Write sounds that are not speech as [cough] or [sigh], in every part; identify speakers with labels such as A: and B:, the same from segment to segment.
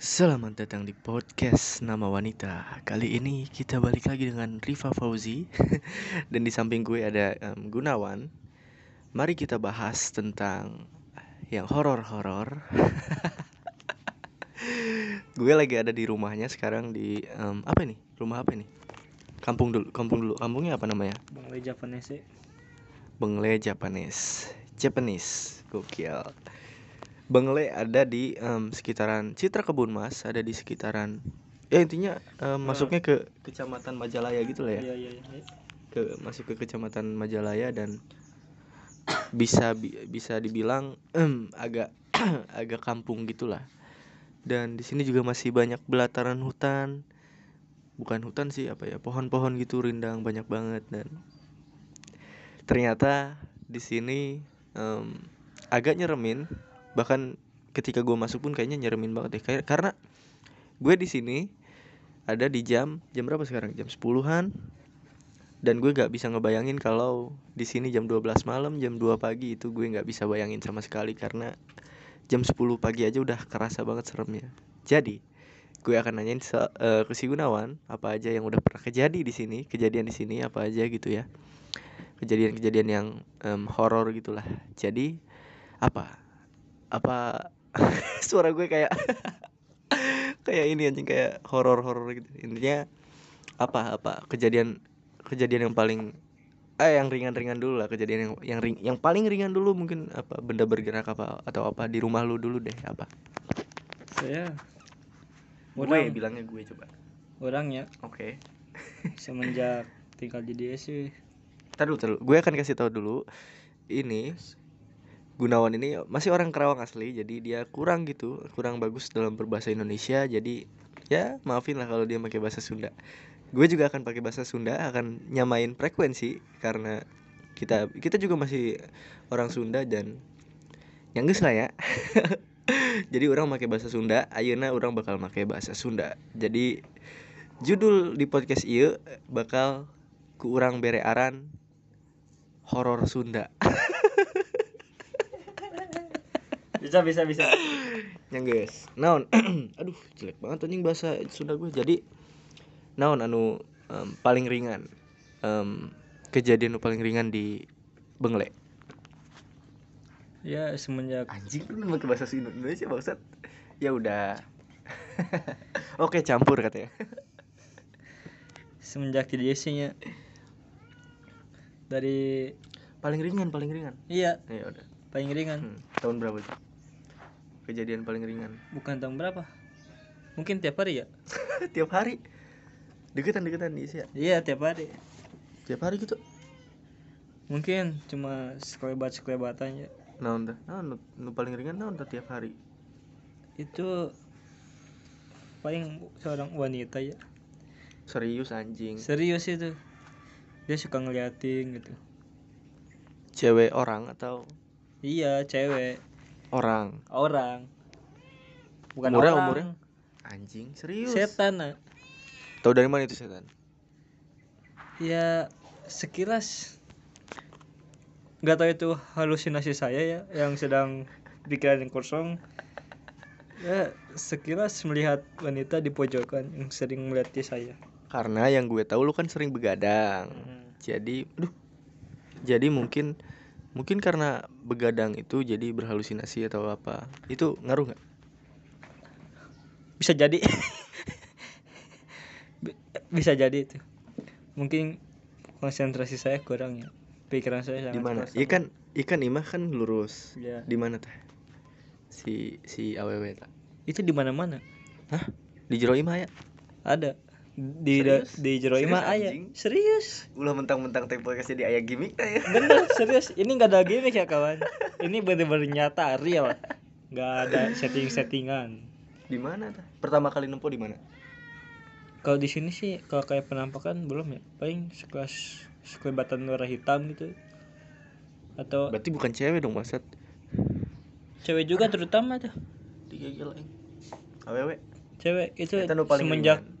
A: Selamat datang di podcast Nama Wanita. Kali ini kita balik lagi dengan Rifa Fauzi [laughs] dan di samping gue ada em, Gunawan. Mari kita bahas tentang yang horor-horor. [laughs] gue lagi ada di rumahnya sekarang di em, apa ini? Rumah apa ini? Kampung dulu, kampung dulu. Kampungnya apa namanya?
B: Bang Wei Japanese sih.
A: Bengle Japanese. Japanese. Gokil. Bengle ada di em, sekitaran Citra Kebun Mas, ada di sekitaran ya intinya em, masuknya ke kecamatan Majalaya gitu lah ya.
B: Iya iya iya.
A: Ke masuk ke kecamatan Majalaya dan bisa bi- bisa dibilang em, agak [clears throat] agak kampung gitulah. Dan di sini juga masih banyak belataran hutan. Bukan hutan sih apa ya, pohon-pohon gitu rindang banyak banget dan ternyata di sini em, agak nyeremin bahkan ketika gue masuk pun kayaknya nyeremin banget deh Kayak- karena gue di sini ada di jam jam berapa sekarang jam 10-an dan gue nggak bisa ngebayangin kalau di sini jam 12 malam jam 2 pagi itu gue nggak bisa bayangin sama sekali karena jam 10 pagi aja udah kerasa banget seremnya jadi gue akan nanyain se- eh, ke si Gunawan apa aja yang udah pernah kejadi di sini kejadian di sini apa aja gitu ya kejadian-kejadian yang em, horor gitulah jadi apa apa [laughs] suara gue kayak [laughs] kayak ini anjing kayak horor horor gitu intinya apa apa kejadian kejadian yang paling eh yang ringan-ringan dulu lah kejadian yang yang ring- yang paling ringan dulu mungkin apa benda bergerak apa atau apa di rumah lu dulu deh apa
B: Saya
A: gue
B: orang
A: bilangnya gue coba
B: orangnya
A: oke
B: semenjak tinggal di DSW
A: Ntar dulu, ntar dulu. Gue akan kasih tahu dulu. Ini Gunawan ini masih orang Karawang asli, jadi dia kurang gitu, kurang bagus dalam berbahasa Indonesia. Jadi ya maafin lah kalau dia pakai bahasa Sunda. Gue juga akan pakai bahasa Sunda, akan nyamain frekuensi karena kita kita juga masih orang Sunda dan yang geus lah ya. [laughs] jadi orang pakai bahasa Sunda, ayeuna orang bakal pakai bahasa Sunda. Jadi judul di podcast ieu bakal ku urang bere aran horor Sunda.
B: Bisa bisa bisa.
A: Yang Ya, guys. Naon? [clears throat] Aduh, jelek banget anjing bahasa Sunda gue. Jadi naon anu em, paling ringan. Em, kejadian nu paling ringan di Bengle.
B: ya semenjak
A: Anjing lu pakai bahasa Indonesia maksud. Ya udah. [laughs] Oke, campur katanya.
B: semenjak di DSW nya dari
A: [laughs] Paling ringan, paling ringan.
B: iya
A: Ya udah.
B: paling ringan
A: Hmm, tahun berapa itu? Kejadian paling ringan.
B: bukan tahun berapa mungkin tiap hari ya
A: [laughs] Tiap hari. Deketan-deketan di Asia.
B: iya tiap hari
A: Tiap hari gitu.
B: mungkin cuma ya. sekelebat sekelebatannya
A: Naon tah? Naon nu, nu paling ringan naon tah tiap hari?
B: itu paling seorang wanita ya
A: Serius anjing.
B: serius itu dia suka ngeliatin gitu
A: Cewek orang atau
B: iya cewek
A: orang?
B: orang bukan
A: Umurnya-
B: orang
A: umurnya? Anjing, serius.
B: setan eh. Nak.
A: Tahu dari mana itu setan?
B: ya sekilas nggak tahu itu halusinasi saya ya yang sedang pikiran yang kosong ya sekilas melihat wanita di pojokan yang sering melihat saya
A: Karena yang gue tahu lu kan sering begadang. Jadi, aduh. Jadi mungkin mungkin karena begadang itu jadi berhalusinasi atau apa. Itu ngaruh nggak?
B: bisa jadi Bi- bisa jadi itu mungkin konsentrasi saya kurang ya pikiran saya sangat
A: Di mana? Iya.
B: kosong.
A: Ikan ikan imah kan lurus.
B: Ya.
A: Di mana teh? Si si aww tah.
B: itu di mana mana
A: Hah? Di jero imah ya?
B: ada di
A: Serius?
B: di jero
A: Serius,
B: imah aya
A: anjing?
B: serius
A: Ulah mentang-mentang tempo kasih di ayah gimmick teh ya.
B: bener serius ini nggak ada gimmick ya kawan ini bener-bener nyata real nggak ada setting-settingan
A: Di mana tah? Pertama kali nempo di mana?
B: kalau di sini sih kalau kayak penampakan belum ya paling sekelas sekelebatan warna hitam gitu atau
A: Berarti bukan cewek dong masat.
B: cewek juga terutama tuh
A: Digegel aing. Awewe.
B: cewek itu
A: Eta nu paling
B: semenjak
A: ringan.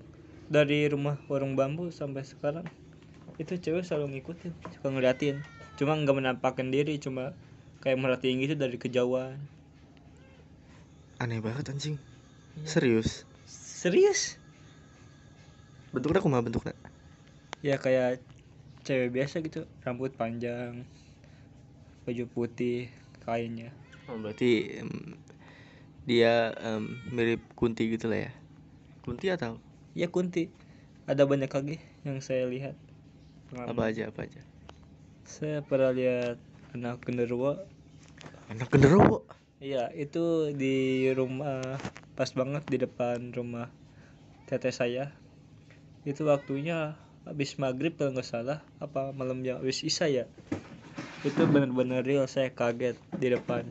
B: dari rumah warung bambu sampai sekarang itu cewek selalu ngikutin suka ngeliatin cuma nggak menampakkan diri cuma kayak merhatiin gitu dari kejauhan
A: Aneh banget anjing. Serius.
B: serius
A: Bentuknya kumaha bentuknya?
B: ya kayak cewek biasa gitu rambut panjang baju putih kainnya
A: Oh, berarti em, dia em, mirip Kunti gitu lah ya. Kunti atau
B: ya kunti ada banyak lagi yang saya lihat
A: apa aja apa aja?
B: saya pernah lihat anak genderuwo
A: Anak genderuwo.
B: Iya, itu di rumah pas banget di depan rumah teteh saya. Itu waktunya habis maghrib kalau nggak salah, apa malam yang habis isya ya. Itu bener-bener real saya kaget di depan.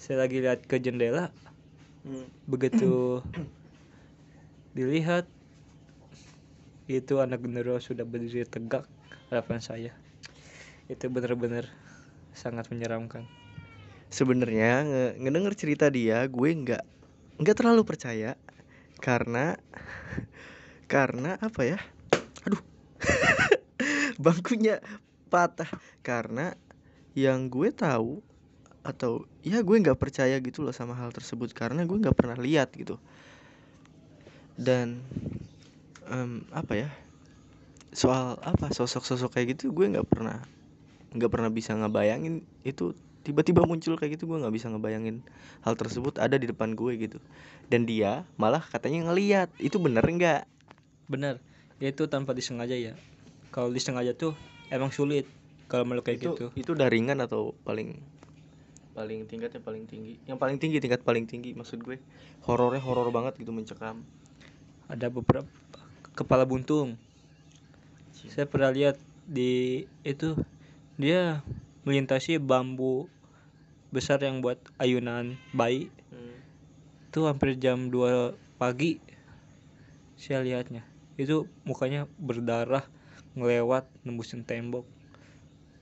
B: Saya lagi lihat ke jendela,
A: Hmm.
B: begitu dilihat itu anak genderuwo sudah berdiri tegak hadapan saya. Itu bener-bener sangat menyeramkan.
A: Sebenarnya nge- ngedenger cerita dia, gue nggak nggak terlalu percaya karena [laughs] karena apa ya? Aduh, [laughs] bangkunya patah karena yang gue tahu atau ya gue nggak percaya gitu loh sama hal tersebut karena gue nggak pernah lihat gitu dan em, apa ya soal apa sosok-sosok kayak gitu gue nggak pernah nggak pernah bisa ngebayangin itu tiba-tiba muncul kayak gitu gue nggak bisa ngebayangin hal tersebut ada di depan gue gitu dan dia malah katanya ngeliat itu bener nggak
B: Benar, itu tanpa disengaja ya. Kalau disengaja tuh emang sulit kalau meluk kayak
A: itu
B: gitu.
A: itu daringan atau paling paling tingkatnya paling tinggi yang paling tinggi tingkat paling tinggi maksud gue horornya horor banget gitu mencekam
B: Ada beberapa kepala buntung. Saya pernah lihat di itu dia melintasi bambu besar yang buat ayunan bayi
A: Hmm.
B: itu hampir jam 2 pagi saya lihatnya itu mukanya berdarah ngelewat nembusin tembok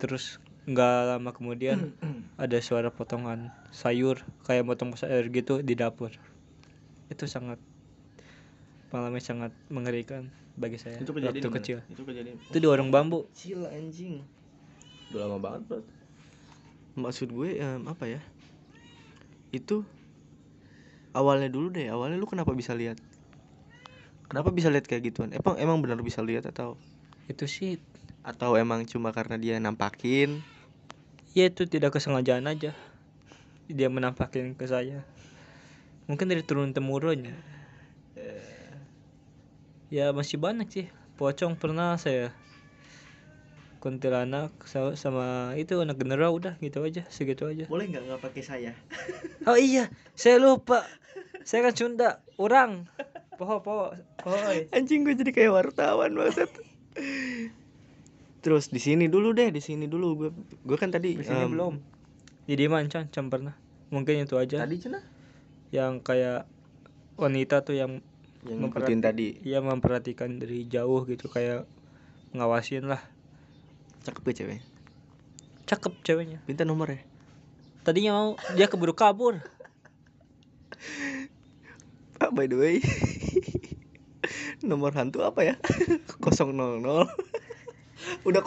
B: terus nggak lama kemudian
A: [clears throat]
B: ada suara potongan sayur kayak potong sayur gitu di dapur itu sangat pengalaman sangat mengerikan bagi saya
A: itu kejadian di
B: waktu
A: mana?
B: kecil
A: itu kejadian
B: itu di warung bambu
A: kecil anjing udah lama banget bro maksud gue em, apa ya itu awalnya dulu deh awalnya lu kenapa bisa lihat kenapa bisa lihat kayak gituan emang emang benar bisa lihat atau
B: itu sih
A: atau emang cuma karena dia nampakin
B: ya itu tidak kesengajaan aja dia menampakkan ke saya mungkin dari turun temurunnya
A: Eh,
B: ya masih banyak sih pocong pernah saya kuntilanak sa- sama itu anak genera udah gitu aja segitu aja
A: boleh nggak nggak pakai saya
B: oh iya saya lupa saya kan Sunda orang poho poho eh. pohoi
A: anjing gue jadi kayak wartawan banget terus di sini dulu deh di sini dulu gue gue kan tadi
B: di sini
A: em,
B: belum jadi mancan cam pernah mungkin itu aja
A: tadi cina
B: yang kayak wanita tuh yang
A: yang ngikutin tadi
B: Iya memperhatikan dari jauh gitu kayak ngawasin lah.
A: cakep gak cewek
B: Cakep ceweknya.
A: minta nomor ya
B: Tadinya mau dia keburu kabur.
A: Pak Ah, by the way [laughs] Nomor hantu apa ya? [laughs] 000 [laughs] Udah 00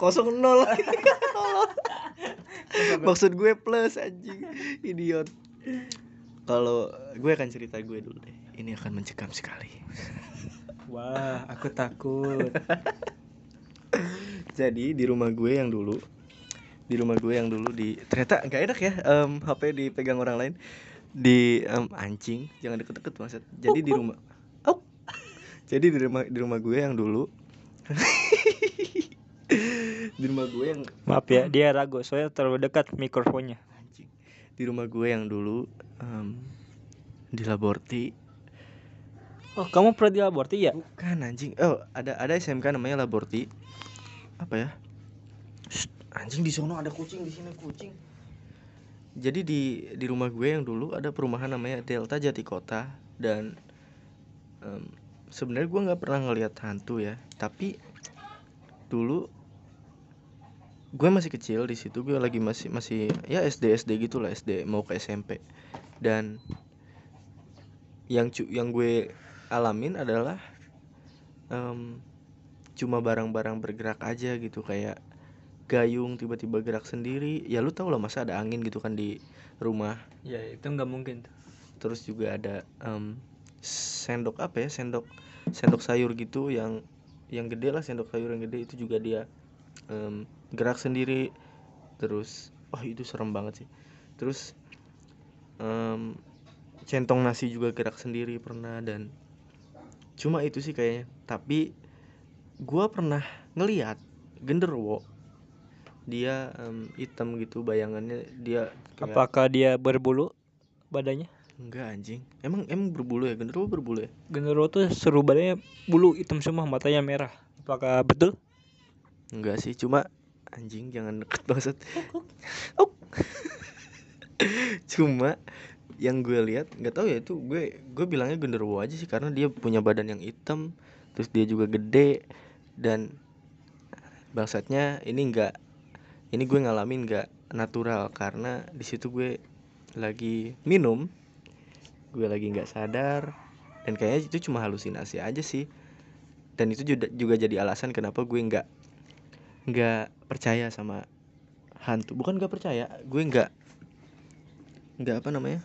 A: [laughs] Maksud gue plus anjing Idiot Kalau gue akan cerita gue dulu deh Ini akan mencekam sekali
B: Wah, aku takut.
A: Jadi di rumah gue yang dulu Di rumah gue yang dulu di Ternyata gak enak ya em, HP dipegang orang lain Di em, anjing Jangan deket-deket maksud Jadi di rumah Au. Jadi di rumah di rumah gue yang dulu [laughs] Di rumah gue yang
B: Maaf ya, dia ragu soalnya terlalu dekat mikrofonnya.
A: anjing Di rumah gue yang dulu em, Di Laborti
B: Oh, kamu pernah di aborti ya?
A: Bukan anjing. Oh, ada ada SMK namanya Laborti. Apa ya? Shh, anjing di sono ada kucing di sini kucing. Jadi di di rumah gue yang dulu ada perumahan namanya Delta Jati Kota dan em, sebenarnya gue nggak pernah ngelihat hantu ya, tapi dulu gue masih kecil di situ gue lagi masih masih ya SD SD gitulah SD mau ke SMP dan yang cu- yang gue alamin adalah em, cuma barang-barang bergerak aja gitu kayak gayung tiba-tiba gerak sendiri ya lu tau lah masa ada angin gitu kan di rumah
B: Ya, itu nggak Iya, mungkin.
A: terus juga ada em, sendok apa ya sendok sendok sayur gitu yang yang gede lah sendok sayur yang gede itu juga dia em, gerak sendiri terus wah itu serem banget sih terus em, centong nasi juga gerak sendiri pernah dan cuma itu sih kayaknya tapi gua pernah ngeliat genderwo dia em, hitam gitu bayangannya dia kayak-
B: Apakah dia berbulu badannya?
A: Enggak anjing. Emang emang berbulu ya? Genderuwo berbulu ya?
B: Genderuwo tuh seru badannya bulu hitam semua, matanya merah. Apakah betul?
A: Enggak sih, cuma anjing jangan deket [laughs] banget. cuma yang gue lihat nggak tahu ya itu gue gue bilangnya genderuwo aja sih karena dia punya badan yang hitam terus dia juga gede dan bangsatnya ini enggak ini gue ngalamin nggak natural karena di situ gue lagi minum gue lagi nggak sadar dan kayaknya itu cuma halusinasi aja sih dan itu juga, juga jadi alasan kenapa gue nggak nggak percaya sama hantu bukan nggak percaya gue nggak nggak apa namanya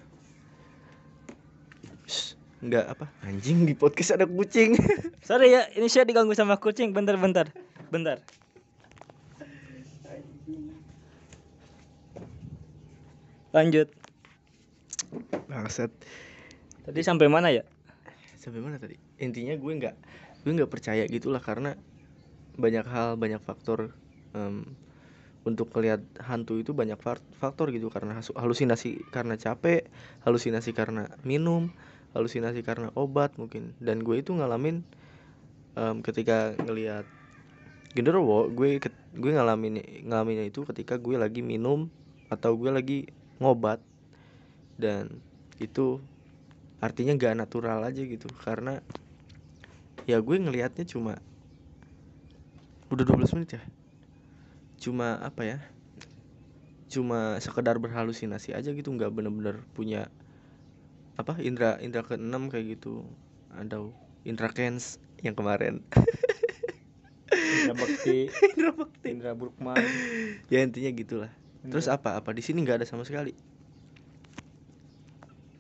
A: Shh, nggak apa anjing di podcast ada kucing [laughs]
B: Sorry ya, ini saya diganggu sama kucing. Bentar, bentar. Bentar. Lanjut.
A: bangsat
B: Tadi sampai mana ya?
A: sampai mana tadi intinya gue nggak gue nggak percaya gitulah karena banyak hal banyak faktor em, untuk melihat hantu itu banyak fak- faktor gitu karena hasu- halusinasi karena capek halusinasi karena minum halusinasi karena obat mungkin dan gue itu ngalamin em, ketika ngelihat genderuwo gue ket- gue ngalamin ngalaminnya itu ketika gue lagi minum atau gue lagi ngobat dan itu artinya gak natural aja gitu karena ya gue ngelihatnya cuma udah 12 menit ya cuma apa ya cuma sekedar berhalusinasi aja gitu nggak bener-bener punya apa indra indra keenam kayak gitu atau indra kens yang kemarin [laughs]
B: Indra Bakti,
A: indra bakti
B: Indra Burkman.
A: ya intinya gitulah
B: Iya.
A: terus apa apa di sini nggak ada sama sekali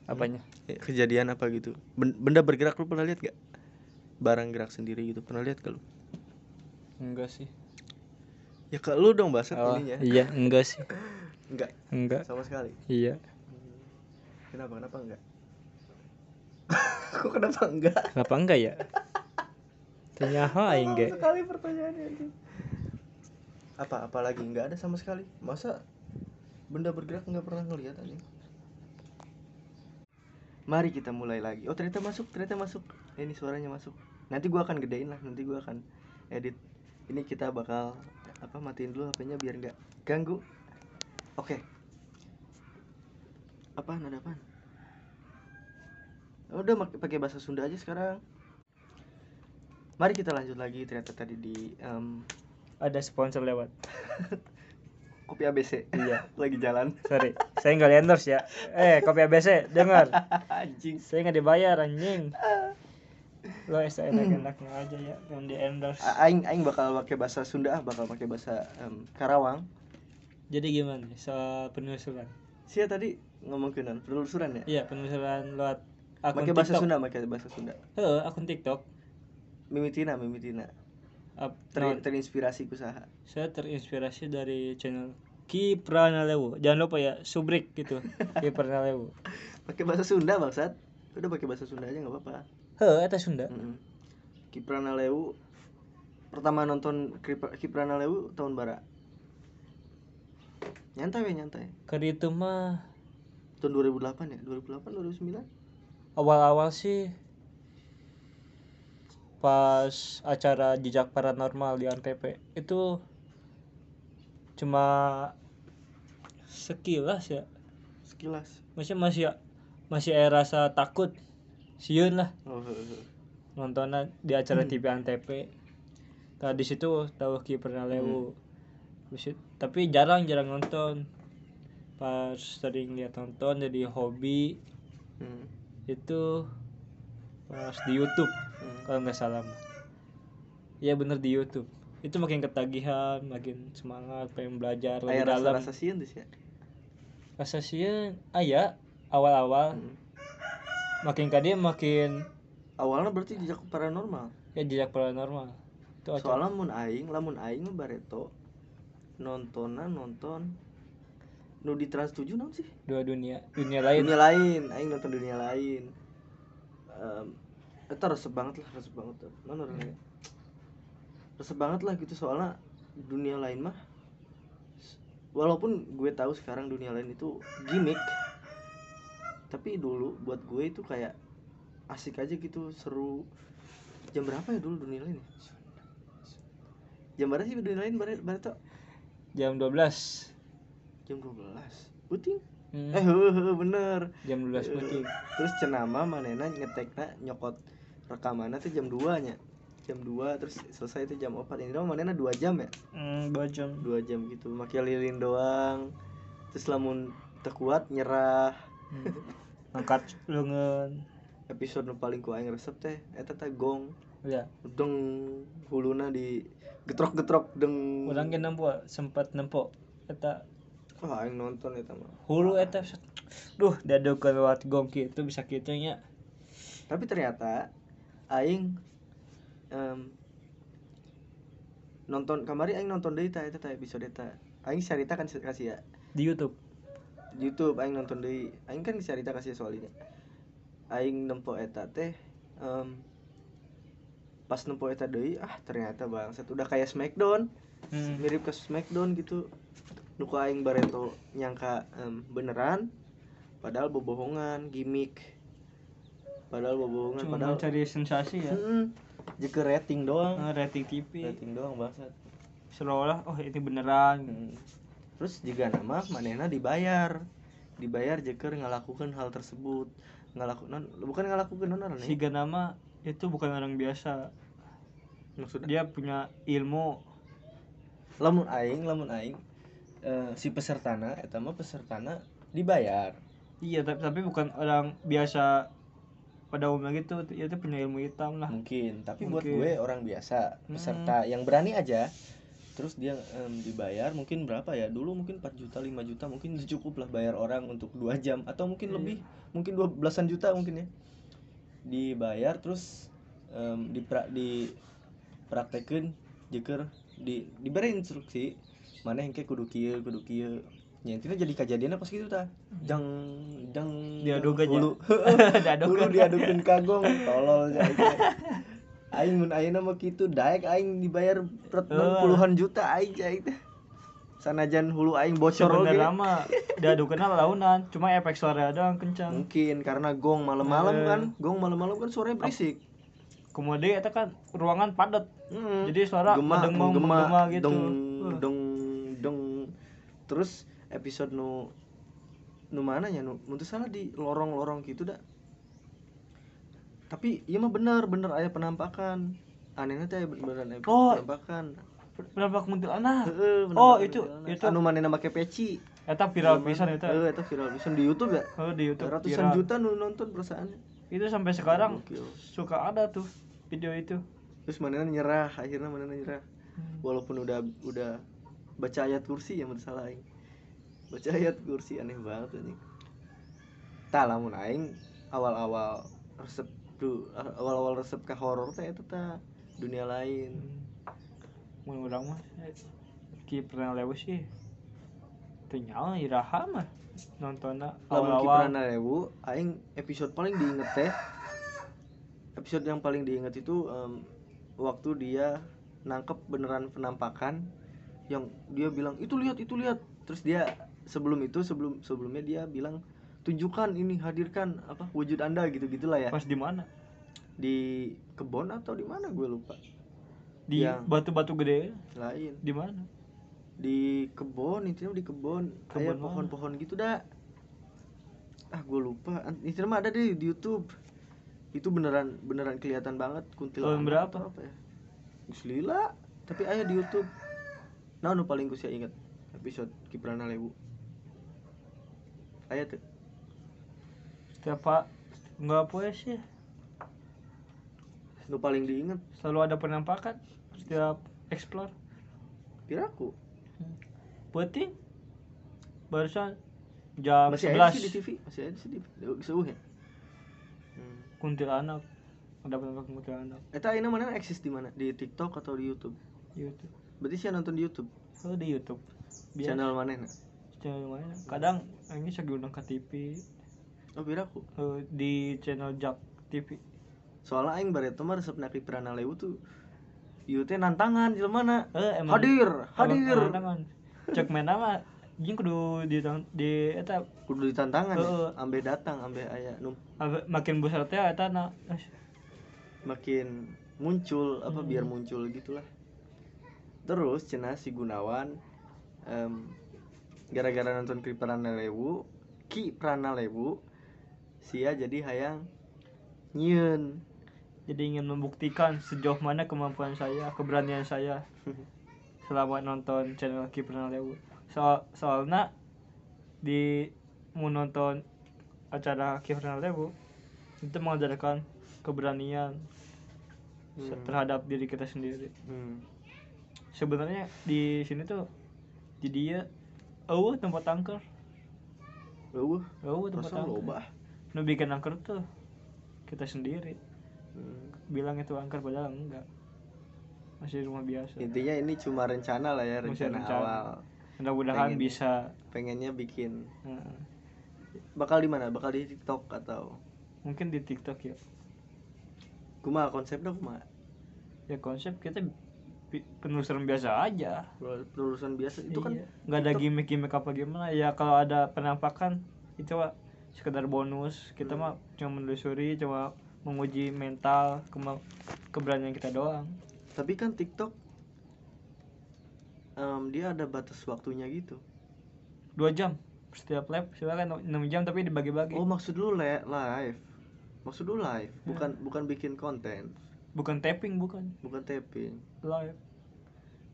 B: apanya?
A: Eh, kejadian apa gitu Ben- benda bergerak lu pernah lihat gak barang gerak sendiri gitu pernah lihat gak lu
B: Enggak sih.
A: ya ke lu dong bahasa
B: Oh,
A: ininya
B: iya, enggak sih.
A: enggak
B: Enggak.
A: sama sekali
B: Iya.
A: kenapa kenapa enggak [laughs] kok kenapa enggak
B: Kenapa enggak ya? Ternyaho aing
A: Sama
B: ge.
A: sekali pertanyaannya anjing. apa apalagi enggak ada sama sekali masa benda bergerak nggak pernah ngelihat anjing mari kita mulai lagi oh ternyata masuk ternyata masuk ini suaranya masuk nanti gua akan gedein lah nanti gua akan edit ini kita bakal apa matiin dulu HP-nya biar nggak ganggu oke apaan ada apaan udah mak- pakai bahasa Sunda aja sekarang mari kita lanjut lagi ternyata tadi di em,
B: Ada sponsor lewat.
A: kopi ABC
B: Iya.
A: [laughs] lagi jalan [laughs]
B: Sorry, saya enggak di endorse ya. Eh, kopi ABC, dengar.
A: anjing
B: Saya nggak dibayar anjing. Lo enak-enaknya aja ya yang di endorse.
A: A- aing aing bakal pakai bahasa Sunda ah, bakal pakai bahasa em, Karawang
B: Jadi gimana nih soal penelusuran?
A: sia tadi ngomong kenan penelusuran ya
B: Iya penelusuran lewat akun
A: pakai bahasa
B: TikTok.
A: Sunda pakai bahasa Sunda
B: Heeh, akun TikTok.
A: mimitina mimitina
B: Up,
A: Ter-
B: non.
A: terinspirasi usaha
B: Saya terinspirasi dari channel Ki Pranalewo. Jangan lupa ya subrik [laughs] gitu. Ki Pranalewo.
A: pakai bahasa Sunda bangsat udah pakai bahasa Sunda aja nggak apa-apa
B: Heeh, eta Sunda.
A: Mm-mm. Kiprana Leu pertama nonton Kipra- Kiprana Leu tahun bara nyantai we, nyantai
B: Kali itu mah
A: tahun 2008 ya 2008 2009
B: awal-awal sih pas acara jejak paranormal di Antv itu cuma sekilas ya
A: sekilas
B: masih masih masih ada rasa takut siun lah
A: oh, he- he.
B: nontonan di acara TV Antv tadi situ tahu Ki Pernalewu Habis itu- tapi jarang-jarang nonton pas sering lihat nonton jadi hobi
A: Hmm,
B: itu pas di YouTube
A: hmm.
B: kalau nggak salah mah. ya bener di YouTube itu makin ketagihan makin semangat pengen belajar
A: Aya
B: lebih
A: rasa
B: dalam
A: rasa sieun tuh sih ya
B: rasa sih ah ya awal-awal
A: Hmm.
B: makin ke dia makin
A: awalnya berarti jejak paranormal
B: ya jejak paranormal itu atau
A: soalnya mun aing lamun aing mah bareto nontonan nonton nu di trans 7 naon sih
B: dua dunia dunia lain
A: dunia lain aing nonton dunia lain Em, itu resep banget lah resep banget mana
B: Hmm.
A: orangnya resep banget lah gitu soalnya dunia lain mah s- walaupun gue tahu sekarang dunia lain itu gimmick tapi dulu buat gue itu kayak asik aja gitu seru jam berapa ya dulu dunia lain ya? jam berapa sih dunia lain bare Bareto?
B: jam 12
A: jam 12 puting
B: Hmm,
A: eh heuh, heuh, bener
B: jam 12 putih
A: terus cenama manena ngetekna nyokot rekamannya tuh jam 2 nya jam 2 terus selesai itu jam 4 ini mah manena 2 jam ya
B: hmm, dua jam
A: 2 jam gitu makai lilin doang terus lamun terkuat nyerah
B: Hmm. angkat lengan
A: episode nu paling ku aing resep teh eta teh gong
B: ya
A: deng huluna di getrok-getrok deng
B: orang ke nempo sempat nempo eta
A: wah aing nonton eta mah
B: hulu eta duh dadu kelewat gong itu bisa gitu nya
A: tapi ternyata aing em, nonton kamari aing nonton deui tah eta tah episode eta aing cerita kan kasih ya
B: di YouTube
A: di YouTube aing nonton deui aing kan cerita kasih soalnya aing nempo eta teh em, pas nempo eta deui ah ternyata bangsat udah kayak Smackdown
B: hmm.
A: mirip ke Smackdown gitu nuku aing bareto nyangka em, beneran padahal bobohongan gimmick padahal bobohongan
B: cuma
A: padahal
B: mau cari sensasi ya
A: Hmm, jeke rating doang.
B: Nah, rating TV
A: Rating doang bangsat.
B: seolah-olah oh ini beneran
A: Hmm. Terus juga nama manehna dibayar. Dibayar jeker ngelakukan hal tersebut. Ngelakukan bukan ngelakukan non
B: si
A: nih.
B: Ganama itu bukan orang biasa
A: Maksudnya
B: dia punya ilmu
A: lamun aing lamun aing eh, si pesertana eta mah pesertana dibayar.
B: iya tapi, tapi bukan orang biasa pada umumnya gitu dia tuh punya ilmu hitam
A: [laughs]
B: lah [laughs]
A: Mungkin, Hmm. tapi buat
B: Mungkin.
A: gue orang biasa, peserta yang berani aja. Terus dia em, dibayar mungkin berapa ya? Dulu mungkin 4 juta, 5 juta mungkin cukup lah bayar orang untuk dua jam atau mungkin
B: Iya.
A: lebih, mungkin 12-an juta mungkin ya. Dibayar terus em dipra di praktekeun jeker di diberi instruksi mana yang kayak kudu kieu, kudu kieu. Ya, intinya jadi kejadiannya pas gitu ta. Jang jang
B: Diaduk aja.
A: hulu. [laughs]
B: Diaduk.
A: Hulu diadukin kagong, tolol aja. Aing mun ayeuna mah kitu daek aing dibayar pret
B: Heula.
A: puluhan juta aing aing teh. Sanajan hulu aing bocor oge.
B: sebenarnya mah dadu kenal launan cuma efek suara doang kencang
A: Mungkin karena gong malam-malam
B: Eh.
A: kan, gong malam-malam kan suaranya berisik.
B: kemudian itu kan ruangan padat
A: Mm.
B: jadi suara
A: Gema,
B: mendengmang,
A: menggema,
B: menggema gitu.
A: dong
B: Wah.
A: dong dong. Terus episode nu nu mana ya nu mun teu salah di lorong-lorong gitu dah. Tapi iya mah bener bener aya penampakan. Anehnya teh beneran aya
B: Oh.
A: penampakan.
B: penampak muncul anak
A: Heeh,
B: Oh,
A: penampakan
B: itu-
A: jalanan.
B: itu.
A: anu manehna make peci. Iya,
B: eta viral pisan itu
A: Heeh, eta viral pisan di YouTube ya.
B: oh, di YouTube
A: Eh, Ratusan
B: viral.
A: juta nu nonton perasaannya.
B: itu sampai
A: Oh,
B: sekarang
A: Gokil.
B: suka ada tuh video itu
A: Terus manehna nyerah, akhirnya manehna nyerah. walaupun udah udah baca ayat kursi ya menurut salah aing baca ayat kursi aneh banget anjing tak lamun aing awal-awal resep du, eh, awal-awal resep ke horor teh eta tah dunia lain
B: mun urang mah ki pernah lewat sih tinggal iraha mah nontonnya
A: lamun
B: awal-awal
A: kiprana rebu aing episode paling diinget teh episode yang paling diinget itu em, waktu dia nangkep beneran penampakan yang dia bilang itu lihat itu lihat terus dia sebelum itu sebelum sebelumnya dia bilang tunjukkan ini hadirkan apa wujud anda gitu gitulah ya
B: pas di mana
A: di kebon atau di mana gue lupa
B: di
A: Yang-
B: batu-batu gede
A: lain
B: di mana
A: di kebon intinya di kebon
B: Kebon
A: kayak
B: mana?
A: pohon-pohon gitu dah ah gue lupa An- intinya mah ada deh di YouTube itu beneran beneran kelihatan banget kuntilanak
B: Tahun berapa?
A: atau apa ya Geus lila tapi ayah di YouTube nah nu paling gue inget episode Kiprana Lewu ayah tuh
B: setiap pak nggak puas sih
A: nu paling diinget
B: selalu ada penampakan setiap explore
A: piraku
B: penting barusan jam
A: masih ada sih di
B: 11
A: TV masih ada sih di seueuh ya
B: kuntilanak ada penonton kuntilanak
A: Eta ini mana eksis di mana? Di TikTok atau di YouTube?
B: YouTube
A: Berarti sih nonton di YouTube.
B: kalau di YouTube
A: Channel mana? Na?
B: channel mana kadang ini saya undang ke TV
A: Oh, piraku.
B: eh, di channel Jak TV
A: Soalnya aing bareta mah resep naki pirana lewu tuh ieu teh nantangan jelema na.
B: eh emang
A: Hadir, hadir.
B: emang- emang- cek main nama jing kudu di di eta
A: Kudu ditantangan ya.
B: Heeh.
A: Ambe datang, ambe aya nu
B: apa- makin besar teh eta na eh,
A: makin muncul apa
B: Hmm.
A: biar muncul gitulah terus cina si Gunawan em, gara-gara nonton Ki Pranalewu Ki Pranalewu sia jadi hayang nyiun
B: jadi ingin membuktikan sejauh mana kemampuan saya keberanian [laughs] saya selama nonton channel Ki Pranalewu soal soalnya di mau nonton acara Ki Pranalewu itu mengajarkan keberanian
A: Hmm.
B: se- terhadap diri kita sendiri
A: Hmm.
B: sebenarnya di sini tuh jadi ya oh tempat angker
A: Eueuh,
B: oh tempat
A: rasa
B: angker
A: loba
B: nu bikin angker tuh kita sendiri
A: Hmm.
B: bilang itu angker padahal enggak masih rumah biasa
A: intinya ini cuma rencana lah ya
B: Masih
A: rencana,
B: rencana.
A: awal
B: mudah-mudahan
A: pengen- ya.
B: bisa
A: pengennya bikin
B: Heeh.
A: bakal di mana bakal di TikTok atau
B: mungkin di TikTok ya
A: kumaha konsepnya kumaha
B: ya konsep kita bi- penelusuran biasa aja
A: lulusan biasa itu kan
B: Iya. nggak ada gimmick gimmick apa gimana ya kalau ada penampakan itu mah sekedar bonus kita
A: Hmm.
B: mah cuma menelusuri cuma menguji mental kema- keberanian kita doang
A: tapi kan TikTok em, dia ada batas waktunya gitu
B: dua jam setiap lab silakan 6 jam tapi dibagi-bagi
A: oh maksud lu le- live maksud lu live
B: Iya.
A: bukan bukan bikin konten
B: bukan taping bukan
A: bukan tapping
B: live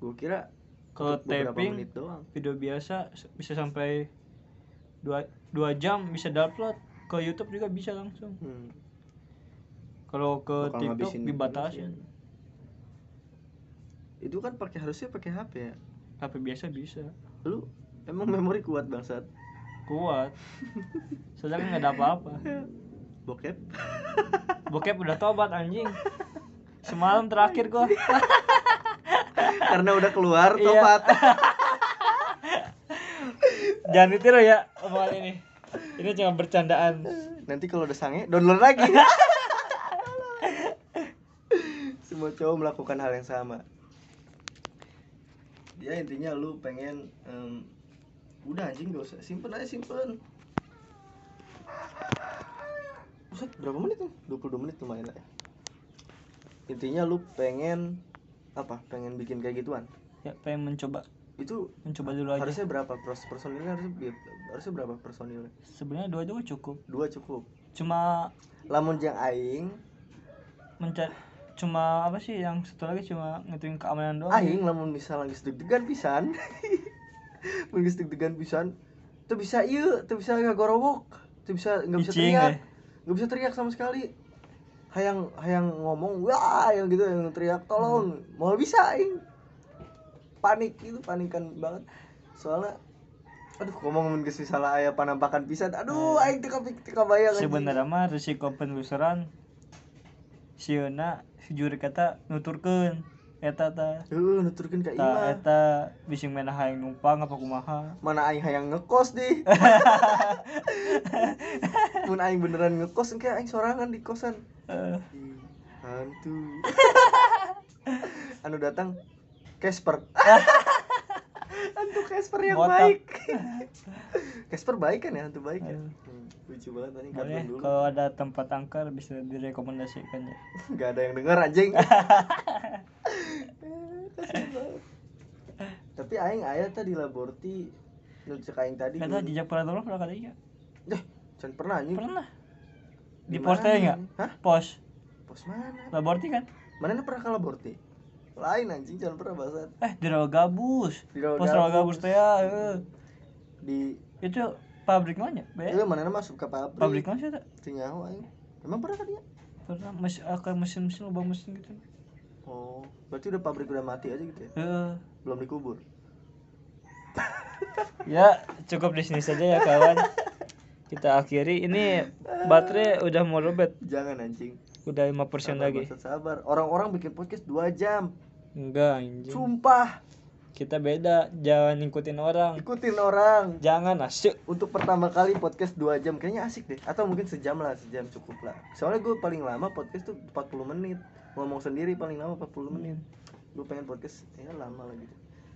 A: gue kira
B: kalau
A: untuk beberapa
B: taping
A: menit doang
B: video biasa s- bisa sampai dua, dua jam bisa diupload ke YouTube juga bisa langsung
A: hmm.
B: kalau ke
A: bakal
B: TikTok
A: ngabisin
B: dibatasin
A: ini sih. itu kan pakai harusnya pakai HP ya
B: HP biasa bisa
A: lu emang memori kuat bangsat
B: kuat sedangkan nggak ada apa-apa
A: bokep [laughs]
B: bokep udah tobat anjing semalam terakhir gua [laughs]
A: karena udah keluar
B: Iya.
A: topat
B: jangan ditiru ya omongan ini ini cuma bercandaan
A: nanti kalau udah sange download lagi semua cowok melakukan hal yang sama dia intinya lu pengen em, udah anjing gak usah simpen aja simpen Buset, berapa menit tuh? 22 menit lumayan lah ya intinya lu pengen apa pengen bikin kayak gituan
B: ya pengen mencoba
A: itu
B: mencoba dulu aja
A: harusnya berapa pros personilnya harusnya bi- harusnya berapa personilnya
B: sebenarnya dua juga cukup
A: dua cukup
B: cuma
A: lamun jeung aing
B: mencari cuma apa sih yang satu lagi cuma ngitungin keamanan doang
A: aing lamun misal lagi deg-degan pisan [laughs] mun geus deg-degan pisan teu bisa ieu teu bisa ngagorowok teu bisa nggak bisa
B: Icing,
A: teriak
B: eh.
A: nggak bisa teriak sama sekali hayang hayang ngomong wah yang gitu yang teriak
B: Hmm.
A: tolong mau bisa aing panik itu panikan banget soalnya aduh ngomong mun geus misalnya aya panampakan pisan aduh
B: Hmm.
A: aing teu kapik teu kabayang anjing.
B: sebenarnya mah risiko penelusuran sieuna si juri kata nuturkeun eta ta
A: heuh nuturkeun ka
B: ta
A: imah
B: eta bisa mena hayang numpang apa kumaha
A: mana aing hayang ngekos
B: [laughs]
A: di mun aing beneran ngekos engke aing sorangan di kosan
B: Eh,
A: Ih,
B: [laughs]
A: hantu anu datang
B: [laughs]
A: Casper hantu Casper yang
B: Botak. [laughs]
A: baik Casper baik kan ya hantu baik ya
B: Aduh.
A: Hmm, lucu banget tadi
B: boleh
A: kartun dulu Iya.
B: kalau ada tempat angker bisa direkomendasikan ya
A: nggak ada yang denger
B: [laughs]
A: anjing Kasih banget. tapi aing aya tadi laborti nu cek aing tadi
B: kata
A: dulu.
B: jejak paranormal pernah katanya
A: Iya. Dah, can pernah anjing.
B: ya? pernah
A: Di
B: di pos
A: mana?
B: teh nggak
A: Hah?
B: pos
A: Pos mana?
B: laborti kan
A: Mana pernah kalah borti? Lain anjing, jangan pernah bahasa
B: eh di rawa gabus
A: Di Rawa
B: pos rawa gabus teh ya, eh.
A: di
B: itu pabrik mana ya,
A: eh,
B: be
A: mana masuk ke pabrik.
B: pabrik mana sih teh?
A: Teu nyaho aing. Emang pernah tadi ya?
B: pernah mesin eh, kayak mesin-mesin lubang mesin gitu
A: Oh, berarti udah pabrik udah mati aja gitu ya.
B: Heeh.
A: Belum dikubur.
B: ya cukup di sini saja ya kawan kita akhiri ini baterai udah mau robet
A: Jangan anjing.
B: udah 5%
A: Sabar,
B: lagi
A: Bangsat, sabar. Orang-orang bikin podcast 2 jam.
B: enggak anjing
A: Sumpah,
B: kita beda jangan ngikutin orang
A: ikutin orang.
B: jangan asyik
A: Untuk pertama kali podcast 2 jam kayaknya asik deh. Atau mungkin sejam lah, sejam cukup lah. Soalnya gue paling lama podcast tuh 40 menit. Ngomong sendiri paling lama 40 menit. Gue pengen podcast ya lama lagi.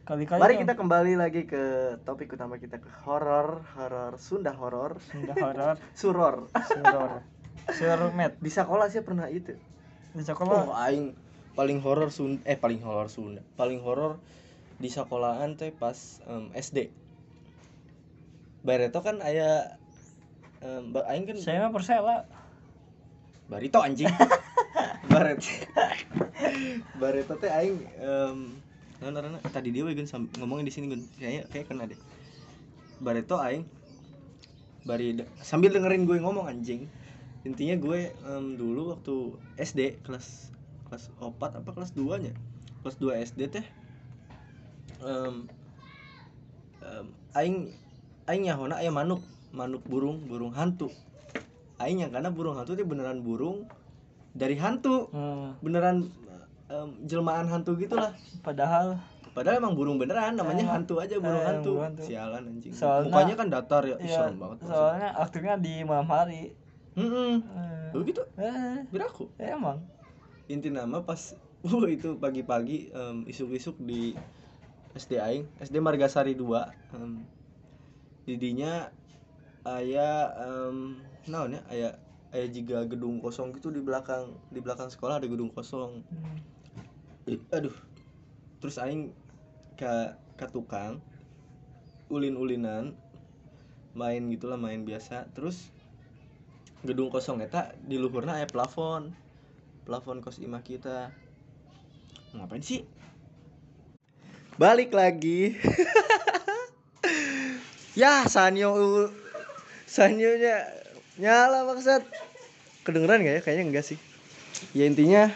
B: kali-kali
A: Mari
B: dong.
A: kita kembali lagi ke topik utama kita ke horor, horor Sunda horor,
B: Sunda horor
A: suror. [laughs]
B: suror surmet
A: Di sekolah sih pernah itu.
B: di
A: Oh,
B: sekolah
A: aing paling horor Sunda eh paling horor Sunda. Paling horor di sekolahan teh pas em, SD. Bareto kan aya em, ba- aing kan
B: saya mah persela
A: barito anjing. Baret. Bareto teh aing em naon ngaranna? tadi dia we Gun, sam- ngomongin di sini Gun. Kayaknya kayak kena deh. Bareto aing bari sambil dengerin gue ngomong anjing. Intinya gue em, dulu waktu SD kelas kelas 4 apa kelas 2 nya? Kelas 2 SD teh em em, aing aing nyahona aya manuk, manuk burung, burung hantu. Aing karena burung hantu teh beneran burung dari hantu,
B: Hmm,
A: beneran em, jelmaan hantu gitulah.
B: padahal
A: Padahal emang burung beneran, namanya
B: Emang-
A: hantu aja burung
B: eh,
A: hantu.
B: burung hantu.
A: Sialan anjing.
B: Soalnya-
A: Mukanya kan datar ya, Ih,
B: ya,
A: serem banget. Soalnya,
B: soalnya aktifnya di malam hari
A: Heeh.
B: Eh,
A: Begitu
B: eh,
A: biraku.
B: emang
A: Inti nama pas [laughs] wuh, itu pagi-pagi em, isuk-isuk di SD aing, SD Margasari 2. em, didinya aya em naon ya, aya aya jiga gedung kosong gitu di belakang di belakang sekolah ada gedung kosong.
B: Hmm.
A: Ih, aduh terus aing ke ke tukang ulin-ulinan main gitulah main biasa terus gedung kosong eta di luhurna aya plafon plafon kos imah kita ngapain sih balik lagi [laughs] ya sanyo sanyonya nyala maksud kedengeran gak ya kayaknya enggak sih ya intinya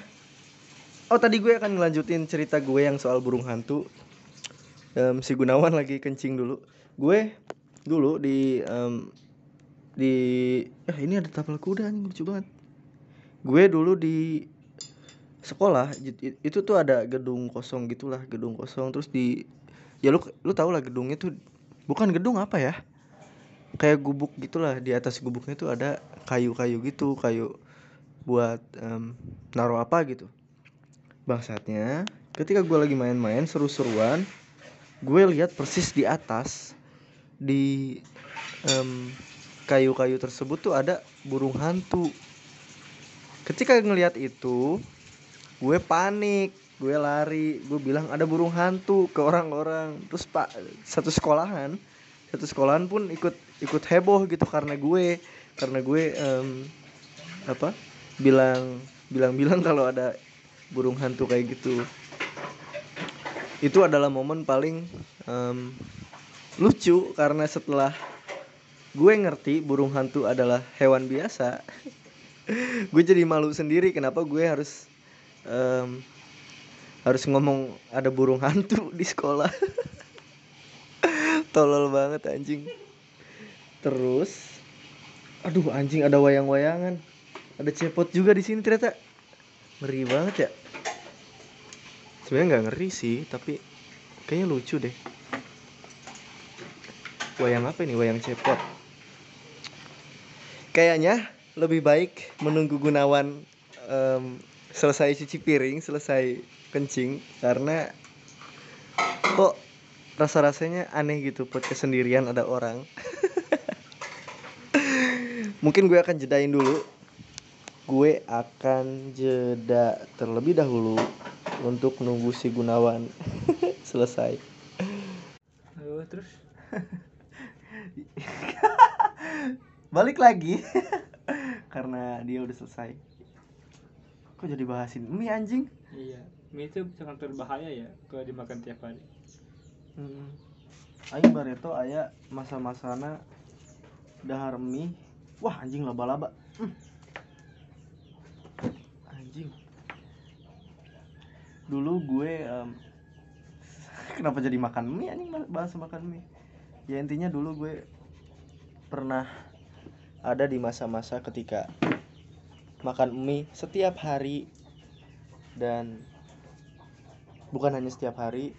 A: Oh tadi gue akan ngelanjutin cerita gue yang soal burung hantu Em, Si Gunawan lagi kencing dulu Gue dulu di em, Di eh, Ini ada tapal kuda nih lucu banget Gue dulu di sekolah j- i- itu tuh ada gedung kosong gitulah gedung kosong terus di ya lu lu tau lah gedungnya tuh bukan gedung apa ya kayak gubuk gitulah di atas gubuknya tuh ada kayu-kayu gitu kayu buat em, naruh apa gitu bangsatnya ketika gue lagi main-main seru-seruan gue lihat persis di atas di em, kayu-kayu tersebut tuh ada burung hantu ketika ngelihat itu gue panik gue lari gue bilang ada burung hantu ke orang-orang terus pak satu sekolahan satu sekolahan pun ikut ikut heboh gitu karena gue karena gue em, apa bilang bilang bilang kalau ada burung hantu kayak gitu itu adalah momen paling em, lucu karena setelah gue ngerti burung hantu adalah hewan biasa [laughs] gue jadi malu sendiri kenapa gue harus em, harus ngomong ada burung hantu [laughs] di sekolah tolol banget anjing terus aduh anjing ada wayang-wayangan ada cepot juga di sini ternyata ngeri banget ya sebenarnya nggak ngeri sih tapi kayaknya lucu deh wayang apa ini wayang cepot kayaknya lebih baik menunggu Gunawan em, selesai cuci piring selesai kencing karena kok rasa-rasanya aneh gitu podcast sendirian ada orang mungkin gue akan jedain dulu gue akan jeda terlebih dahulu untuk nunggu si Gunawan [laughs] selesai.
B: Aduh, Oh, terus
A: Balik lagi [laughs] karena dia udah selesai. Kok jadi bahasin mie anjing?
B: iya mie itu sangat berbahaya ya kalau dimakan tiap hari
A: Aing bareto aya masa-masana dahar mie. Wah anjing laba-laba. Hmm. Anjing. Dulu gue em, [laughs] kenapa jadi makan mie anjing bahas makan mie. Ya intinya dulu gue pernah ada di masa-masa ketika makan mie setiap hari dan bukan hanya setiap hari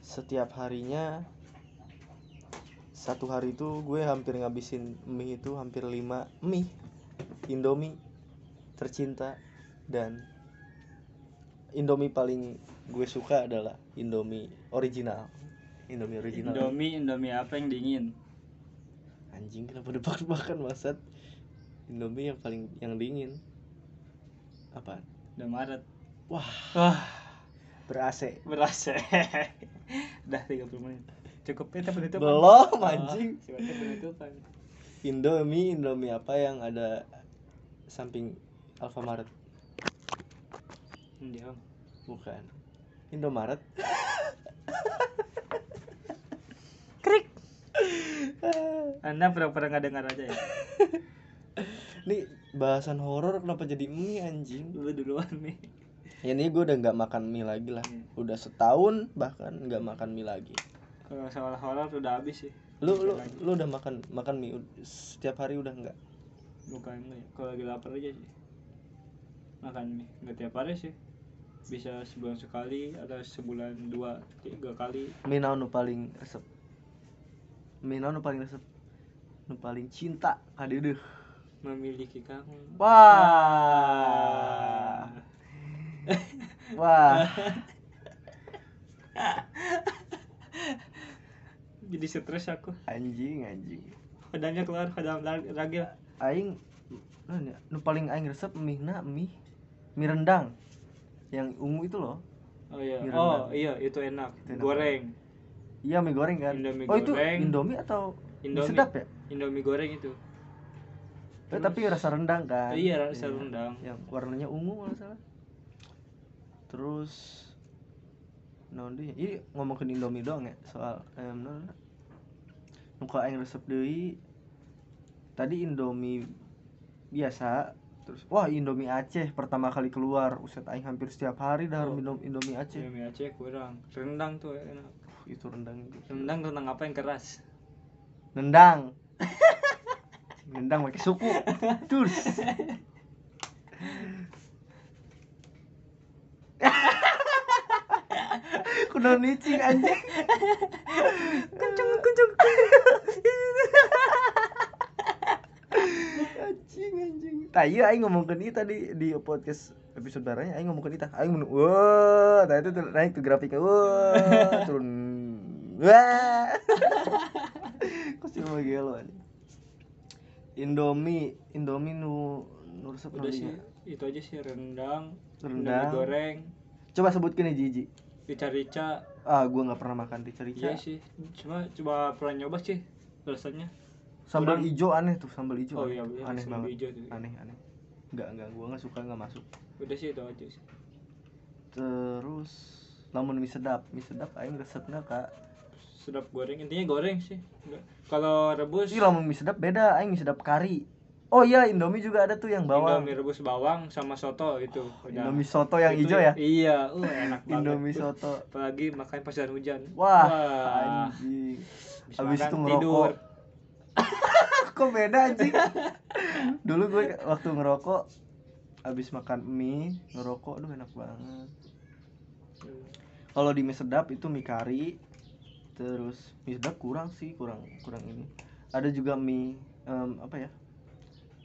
A: setiap harinya satu hari itu gue hampir ngabisin mie itu hampir 5 mie Indomie tercinta dan Indomie paling gue suka adalah Indomie original Indomie original
B: Indomie, Indomie apa yang dingin?
A: anjing kenapa debak-debakan bangsat Indomie yang paling yang dingin apaan
B: Udah Maret.
A: Wah.
B: Wah,
A: ber AC
B: berasa. [laughs] Udah 30 menit. Cukup eh, kita penutupan.
A: belum
B: Oh,
A: anjing
B: silakan penutupan.
A: Indomie Indomie apa yang ada samping Alfamaret
B: Hmm, diam.
A: bukan Indomaret
B: Anda pura-pura nggak dengar aja ya.
A: ini bahasan horor kenapa jadi mie anjing
B: Lu duluan nih.
A: ya ini gue udah nggak makan mie lagi lah udah setahun bahkan nggak makan mie lagi
B: Kalau soal horor udah habis sih.
A: lu lu lu udah makan makan mie ud- setiap hari udah nggak
B: Bukan mie. Kalau lagi lapar aja sih. Makan mie. Nggak tiap hari sih. Bisa sebulan sekali atau sebulan dua tiga kali.
A: mie naon nu paling resep mie naon nu paling resep nu paling cinta ka deudeuh
B: Memiliki kamu.
A: wah wah
B: Jadi stres aku.
A: anjing anjing
B: Pedangnya keluar, pedang lag- lagi.
A: aing naon ya, nu paling aing resep mie na mie mie rendang yang ungu itu loh
B: Oh iya.
A: Mie
B: Oh
A: rendang.
B: iya, itu enak.
A: Itu enak.
B: Goreng.
A: iya mie goreng kan
B: Indomie
A: oh itu
B: goreng.
A: indomie atau mie
B: Indomie.
A: sedap ya
B: Indomie goreng itu.
A: Eh, tapi rasa rendang kan
B: Iya, rasa rendang.
A: yang warnanya ungu kalau nggak salah terus nanti ini ngomongin Indomie doang ya soal ayam nol muka aing resep deui tadi Indomie biasa terus wah Indomie Aceh pertama kali keluar uset aing hampir setiap hari dah
B: Oh.
A: minum Indomie Aceh
B: Indomie Aceh kurang. Rendang tuh enak.
A: Uh, itu rendang itu
B: Rendang rendang apa yang keras?
A: [laughs] nendang nendang pakai
B: [laughs]
A: suku terus kuno nicing anjing kenceng kenceng anjing anjing tayu aing ngomongkeun ieu tadi di podcast episode baranya aing ngomongkeun ieu tah. aing mun wah tah itu tuh naik tuh grafiknya
B: [laughs]
A: wah turun wah [laughs] Kok sih mau gelo anjing? Indomie, Indomie nu nu resep nu
B: Udah sih,
A: dinya.
B: itu aja sih rendang, Indomie
A: rendang.
B: goreng,
A: Coba sebutkin ya Jiji.
B: rica-rica.
A: Ah, gua nggak pernah makan rica rica.
B: Iya sih. Cuma coba pernah nyoba sih rasanya.
A: Sambal
B: kurang.
A: ijo aneh tuh, sambal ijo.
B: Oh
A: aneh.
B: iya, bener,
A: aneh
B: sambal
A: banget.
B: ijo tuh, iya.
A: Aneh, aneh. Enggak, enggak, gua nggak suka nggak masuk.
B: Udah sih itu aja sih.
A: Terus lamun mie sedap, mie sedap aing resepna ka.
B: Sedap goreng, intinya goreng sih. Nggak- Kalau rebus
A: Ih, iya, lamun mie sedap beda, aing mie sedap kari. Oh iya, Indomie juga ada tuh yang bawang. Ah,
B: Indomie rebus bawang sama soto itu. Udah.
A: Indomie soto yang
B: Itu-
A: ijo ya.
B: Iya, uh enak banget.
A: Indomie soto.
B: Apalagi makan pas hujan hujan.
A: Wah,
B: Wah.
A: anjing.
B: Habis
A: Habis
B: makan,
A: itu ngerokok.
B: tidur.
A: [laughs] Kok beda
B: [laughs]
A: anjing? Dulu gue waktu ngerokok habis makan mie, ngerokok aduh enak banget. Kalau di mie sedap itu mie kari. Terus mie sedap kurang sih, kurang kurang ini. Ada juga mie em, apa ya?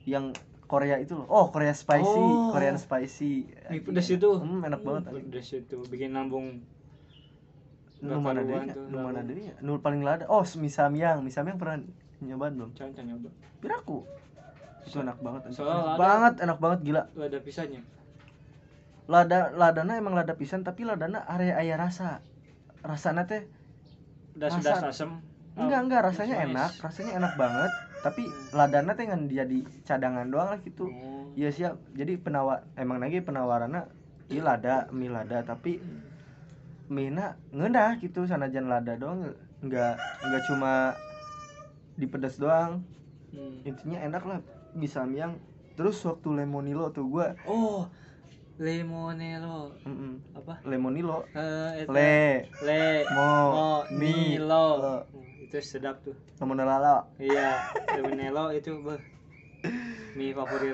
A: Yang Korea itu loh. Oh, Korea spicy,
B: Oh.
A: Korean spicy.
B: Mie
A: Anjing,
B: pedas
A: enak.
B: itu.
A: Hmm, enak banget anjing.
B: Pedas Uh, itu bikin lambung
A: Nu mana
B: Nggak
A: deui?
B: karuan
A: ya?
B: tuh,
A: Nu mana
B: lambung.
A: deui ya? Nu paling lada. Oh, mie samyang. Mie samyang pernah nyobaan belum?
B: cancang nyoba.
A: Piraku. Itu enak banget. anjing.
B: Soalnya
A: Enak
B: lada-
A: banget, enak banget gila.
B: Lu ada pisahnya.
A: lada ladana emang lada pisan tapi ladana area aya rasa rasana teh
B: Udah
A: Rasa-
B: sudah asam.
A: enggak enggak rasanya
B: Oh, manis.
A: enak rasanya enak banget tapi ladana teh ngan jadi cadangan doang lah gitu
B: Oh.
A: iya siap jadi penawar emang lagi penawarannya iya lada mie lada tapi
B: Hmm.
A: mina ngendah gitu sanajan lada doang enggak enggak cuma di pedas doang
B: Hmm.
A: intinya enak lah mie samyang terus waktu lemonilo tuh gua
B: Oh. Lemonelo
A: mm-mm,
B: apa?
A: lemonilo
B: Eh, eta-
A: le
B: eh, le
A: mo
B: mo
A: mi e,
B: nilo.
A: lo.
B: itu sedap tuh
A: Namun lala
B: iya Lemonello itu beh mie favorit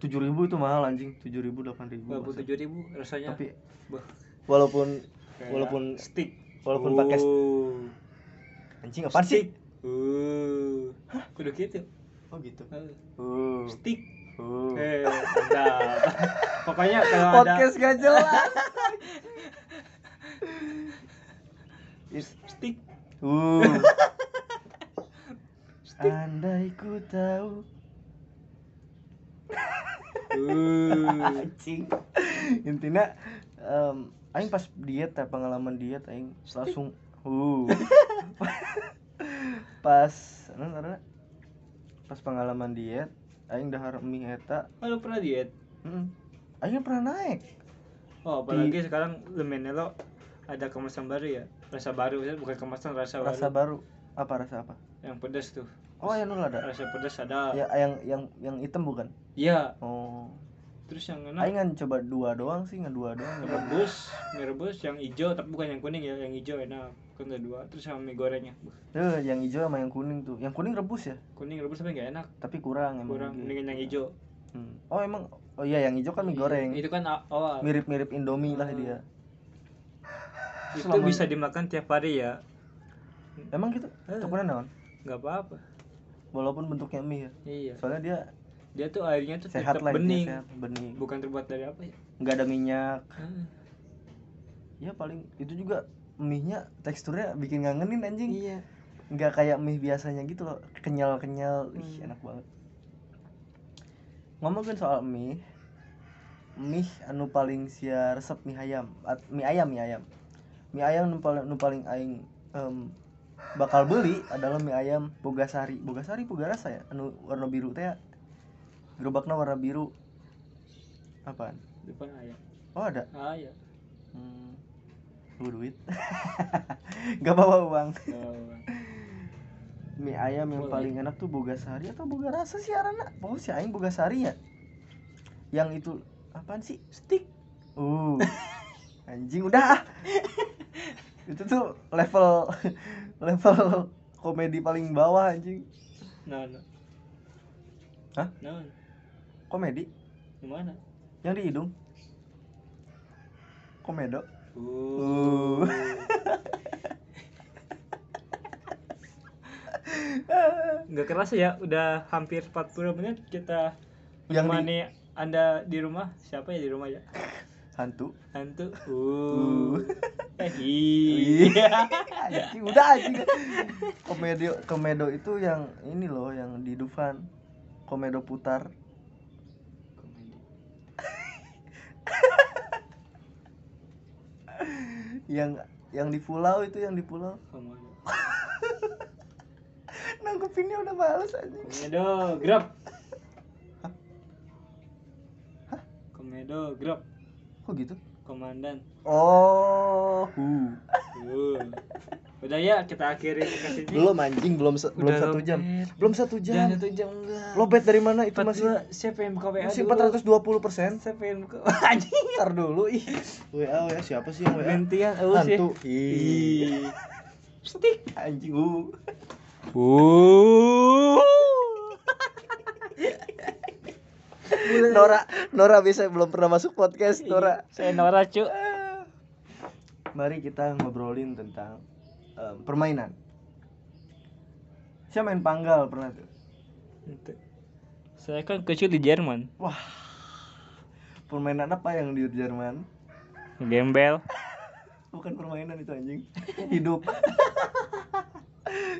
A: tujuh ribu itu mahal anjing tujuh ribu delapan ribu
B: walaupun tujuh ya. ribu rasanya
A: tapi
B: beh
A: walaupun
B: kayak
A: walaupun-
B: stick
A: walaupun pakai st-
B: Uh,
A: anjing apaan sih
B: stick uh kudu gitu
A: oh gitu
B: Uh,
A: uh,
B: stick
A: uh.
B: eh mantap. pokoknya kalau ada
A: podcast gak
B: [laughs]
A: jelas Is-
B: stick
A: uh. andai ku tahu
B: uh
A: anjing intinya em, aing pas diet ya pengalaman diet aing langsung uh pas non, karena pas pengalaman diet aing dahar mie eta
B: oh, lu pernah diet
A: mm, aing pernah naik
B: oh apalagi sekarang Lemonello ada kemasan baru ya rasa baru bukan kemasan rasa,
A: rasa baru
B: baru
A: apa rasa apa
B: yang pedas tuh
A: oh yang nol ada
B: rasa pedas ada
A: ya yang yang yang hitam bukan
B: iya
A: oh
B: terus yang enak
A: aing ngan coba dua doang sih ngan dua doang ngan dua.
B: Nah. rebus mie rebus yang hijau tapi bukan yang kuning ya yang hijau enak kan ada dua terus sama mie gorengnya Buh,
A: Tuh, yang hijau sama yang kuning tuh yang kuning rebus ya
B: kuning rebus tapi nggak enak
A: tapi kurang emang gitu.
B: kurang mendingan yang hijau
A: Hmm. oh emang oh iya yang hijau kan mie goreng
B: itu kan a- awal
A: mirip-mirip Indomie lah
B: Hmm.
A: dia.
B: itu
A: selama-
B: bisa dimakan tiap hari ya
A: Emang gitu?
B: Eh.
A: Tepungnya naon?
B: nggak apa-apa
A: Walaupun bentuknya mie ya.
B: iya
A: Soalnya dia
B: dia tuh airnya tuh
A: sehat
B: tetap
A: lah
B: bening
A: intinya, sehat, bening.
B: bukan terbuat dari apa ya
A: Enggak ada minyak.
B: Ah,
A: Ya paling itu juga mie-nya teksturnya bikin ngangenin anjing.
B: iya
A: Enggak kayak mie biasanya gitu loh, kenyal-kenyal. Ih,
B: Hmm.
A: enak banget. Ngomongin soal mie, mie anu paling sia resep mie ayam, At- mie ayam, mie ayam. Mie ayam nu paling nu paling aing em, bakal beli adalah mie ayam bogasari. Bogasari boga rasa ya, anu warna biru teh. ya. Gerobakna warna biru. Apaan?
B: depan ayam
A: Oh, ada.
B: ah ya
A: Hmm. Bu duit. [laughs] Gak bawa uang.
B: Oh.
A: [laughs] mie ayam yang
B: Boleh.
A: paling enak tuh boga sari atau boga rasa sih arana pokoknya si aing boga sari ya yang itu apaan sih
B: stick [laughs]
A: uh anjing udah ah. itu tuh level [laughs] level komedi paling bawah anjing
B: no no
A: Hah?
B: no
A: komedi
B: gimana
A: yang di hidung komedo
B: uh nggak kerasa ya udah hampir 40 menit kita
A: yang di
B: menemani anda di rumah siapa ya di rumah ya
A: hantu
B: hantu
A: Uh.
B: uh Eh,
A: Iya. [laughs]
B: iya
A: anjing udah anjing komedo komedo itu yang ini loh yang di Dufan komedo putar yang yang di pulau itu yang di pulau
B: Komodo.
A: nanggepinnya udah males anjing
B: komedo grab komedo grab
A: kok gitu
B: komandan
A: oh hu.
B: uh. udah ya kita akhiri kasih
A: belum anjing belum se- belum
B: Udah
A: satu jam
B: lobet.
A: belum satu
B: jangan
A: jam
B: satu jam enggak
A: lobet dari mana itu
B: Empat
A: masih
B: dua, siapa yang buka WA
A: masih
B: dulu?
A: 420 persen
B: siapa yang buka [laughs] anjing
A: ntar dulu ih wa ya siapa sih yang wa
B: gantian oh sih
A: hantu ih
B: Ih. stick
A: anjing hu. Nora Nora bisa belum pernah masuk podcast Nora
B: Iya, saya Nora cu
A: mari kita ngobrolin tentang em, permainan. Saya main panggal pernah tuh.
B: saya kan kecil di Jerman
A: Permainan apa yang di Jerman?
B: gembel
A: Bukan permainan itu anjing. Hidup. [laughs]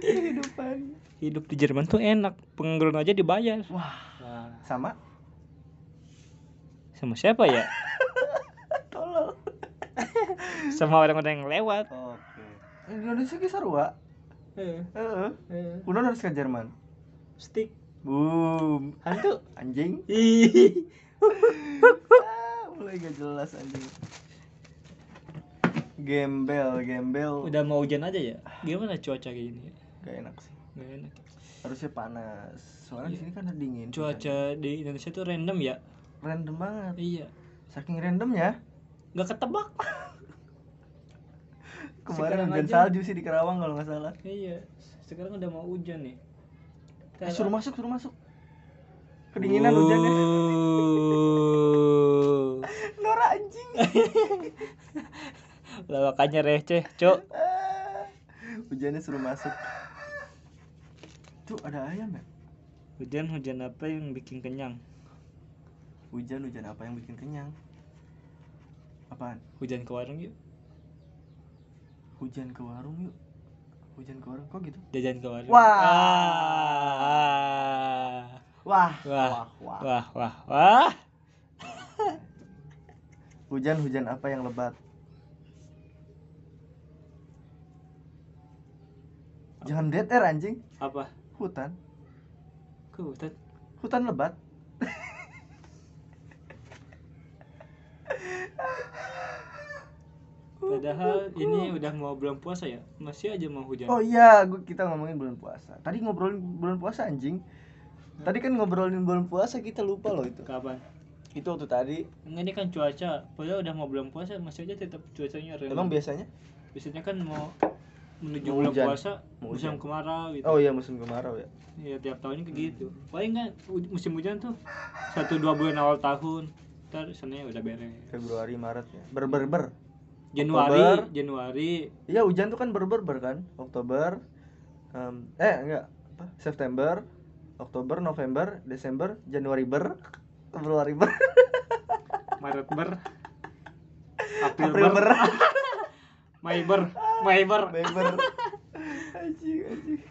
A: Kehidupan.
B: hidup di Jerman tuh enak pengangguran aja dibayar
A: Wah, sama?
B: sama siapa ya
A: Tolol.
B: sama orang-orang yang lewat
A: Oke. Indonesia ki sarua. Heeh. Kuno harus ke Jerman.
B: Eh, stick
A: Boom.
B: hantu
A: Anjing.
B: ih
A: Ah, mulai gak jelas anjing. Gembel, gembel.
B: udah mau hujan aja ya gimana cuaca kayak gini
A: Gak enak sih.
B: nggak enak
A: harusnya panas soalnya di sini kan dingin
B: Iya. cuaca di Indonesia tuh random ya
A: random banget ya.
B: iya
A: saking randomnya
B: nggak ketebak
A: kemarin
B: Sekarang
A: hujan
B: aja.
A: salju sih di Karawang kalau nggak salah
B: Iya, sekarang udah mau hujan nih.
A: Eh, suruh masuk suruh masuk kedinginan hujannya [laughs] Nora anjing
B: Lawakannya receh, Cok.
A: Ah, hujannya suruh masuk tuh ada ayam ya
B: Hujan hujan apa yang bikin kenyang?
A: hujan hujan apa yang bikin kenyang apaan
B: Hujan ke warung yuk.
A: hujan ke warung yuk hujan ke warung kok gitu
B: Jajan ke warung.
A: Wah.
B: Ah.
A: wah wah
B: Wah.
A: wah,
B: Wah, wah, wah.
A: hujan hujan apa yang lebat jangan dead air anjing
B: Apa?
A: hutan
B: Ke hutan?
A: hutan lebat
B: [laughs] Padahal ini udah mau bulan puasa ya. Masih aja mau hujan.
A: oh iya gua kita ngomongin bulan puasa tadi ngobrolin bulan puasa anjing tadi kan ngobrolin bulan puasa kita lupa loh itu
B: Kapan?
A: itu waktu tadi
B: Enggak ini kan cuaca. Padahal udah mau bulan puasa masih aja tetap cuacanya rendah.
A: emang biasanya
B: biasanya kan mau menuju
A: Mau
B: bulan
A: hujan.
B: puasa
A: Mau
B: musim
A: hujan.
B: kemarau gitu.
A: oh iya musim kemarau ya
B: Ya tiap tahunnya kayak gitu.
A: Hmm.
B: Paling kan u- musim hujan tuh satu dua bulan awal tahun. Ntar sana udah beres.
A: Februari Maret ya ber ber ber
B: Januari,
A: Oktober.
B: Januari
A: Iya hujan tuh kan berber kan Oktober em, eh enggak apa September Oktober November Desember Januari ber Februari ber
B: Maret ber April,
A: April
B: ber,
A: ber
B: [laughs] Mei ber Mei ber
A: Mei ber Anjing, anjing.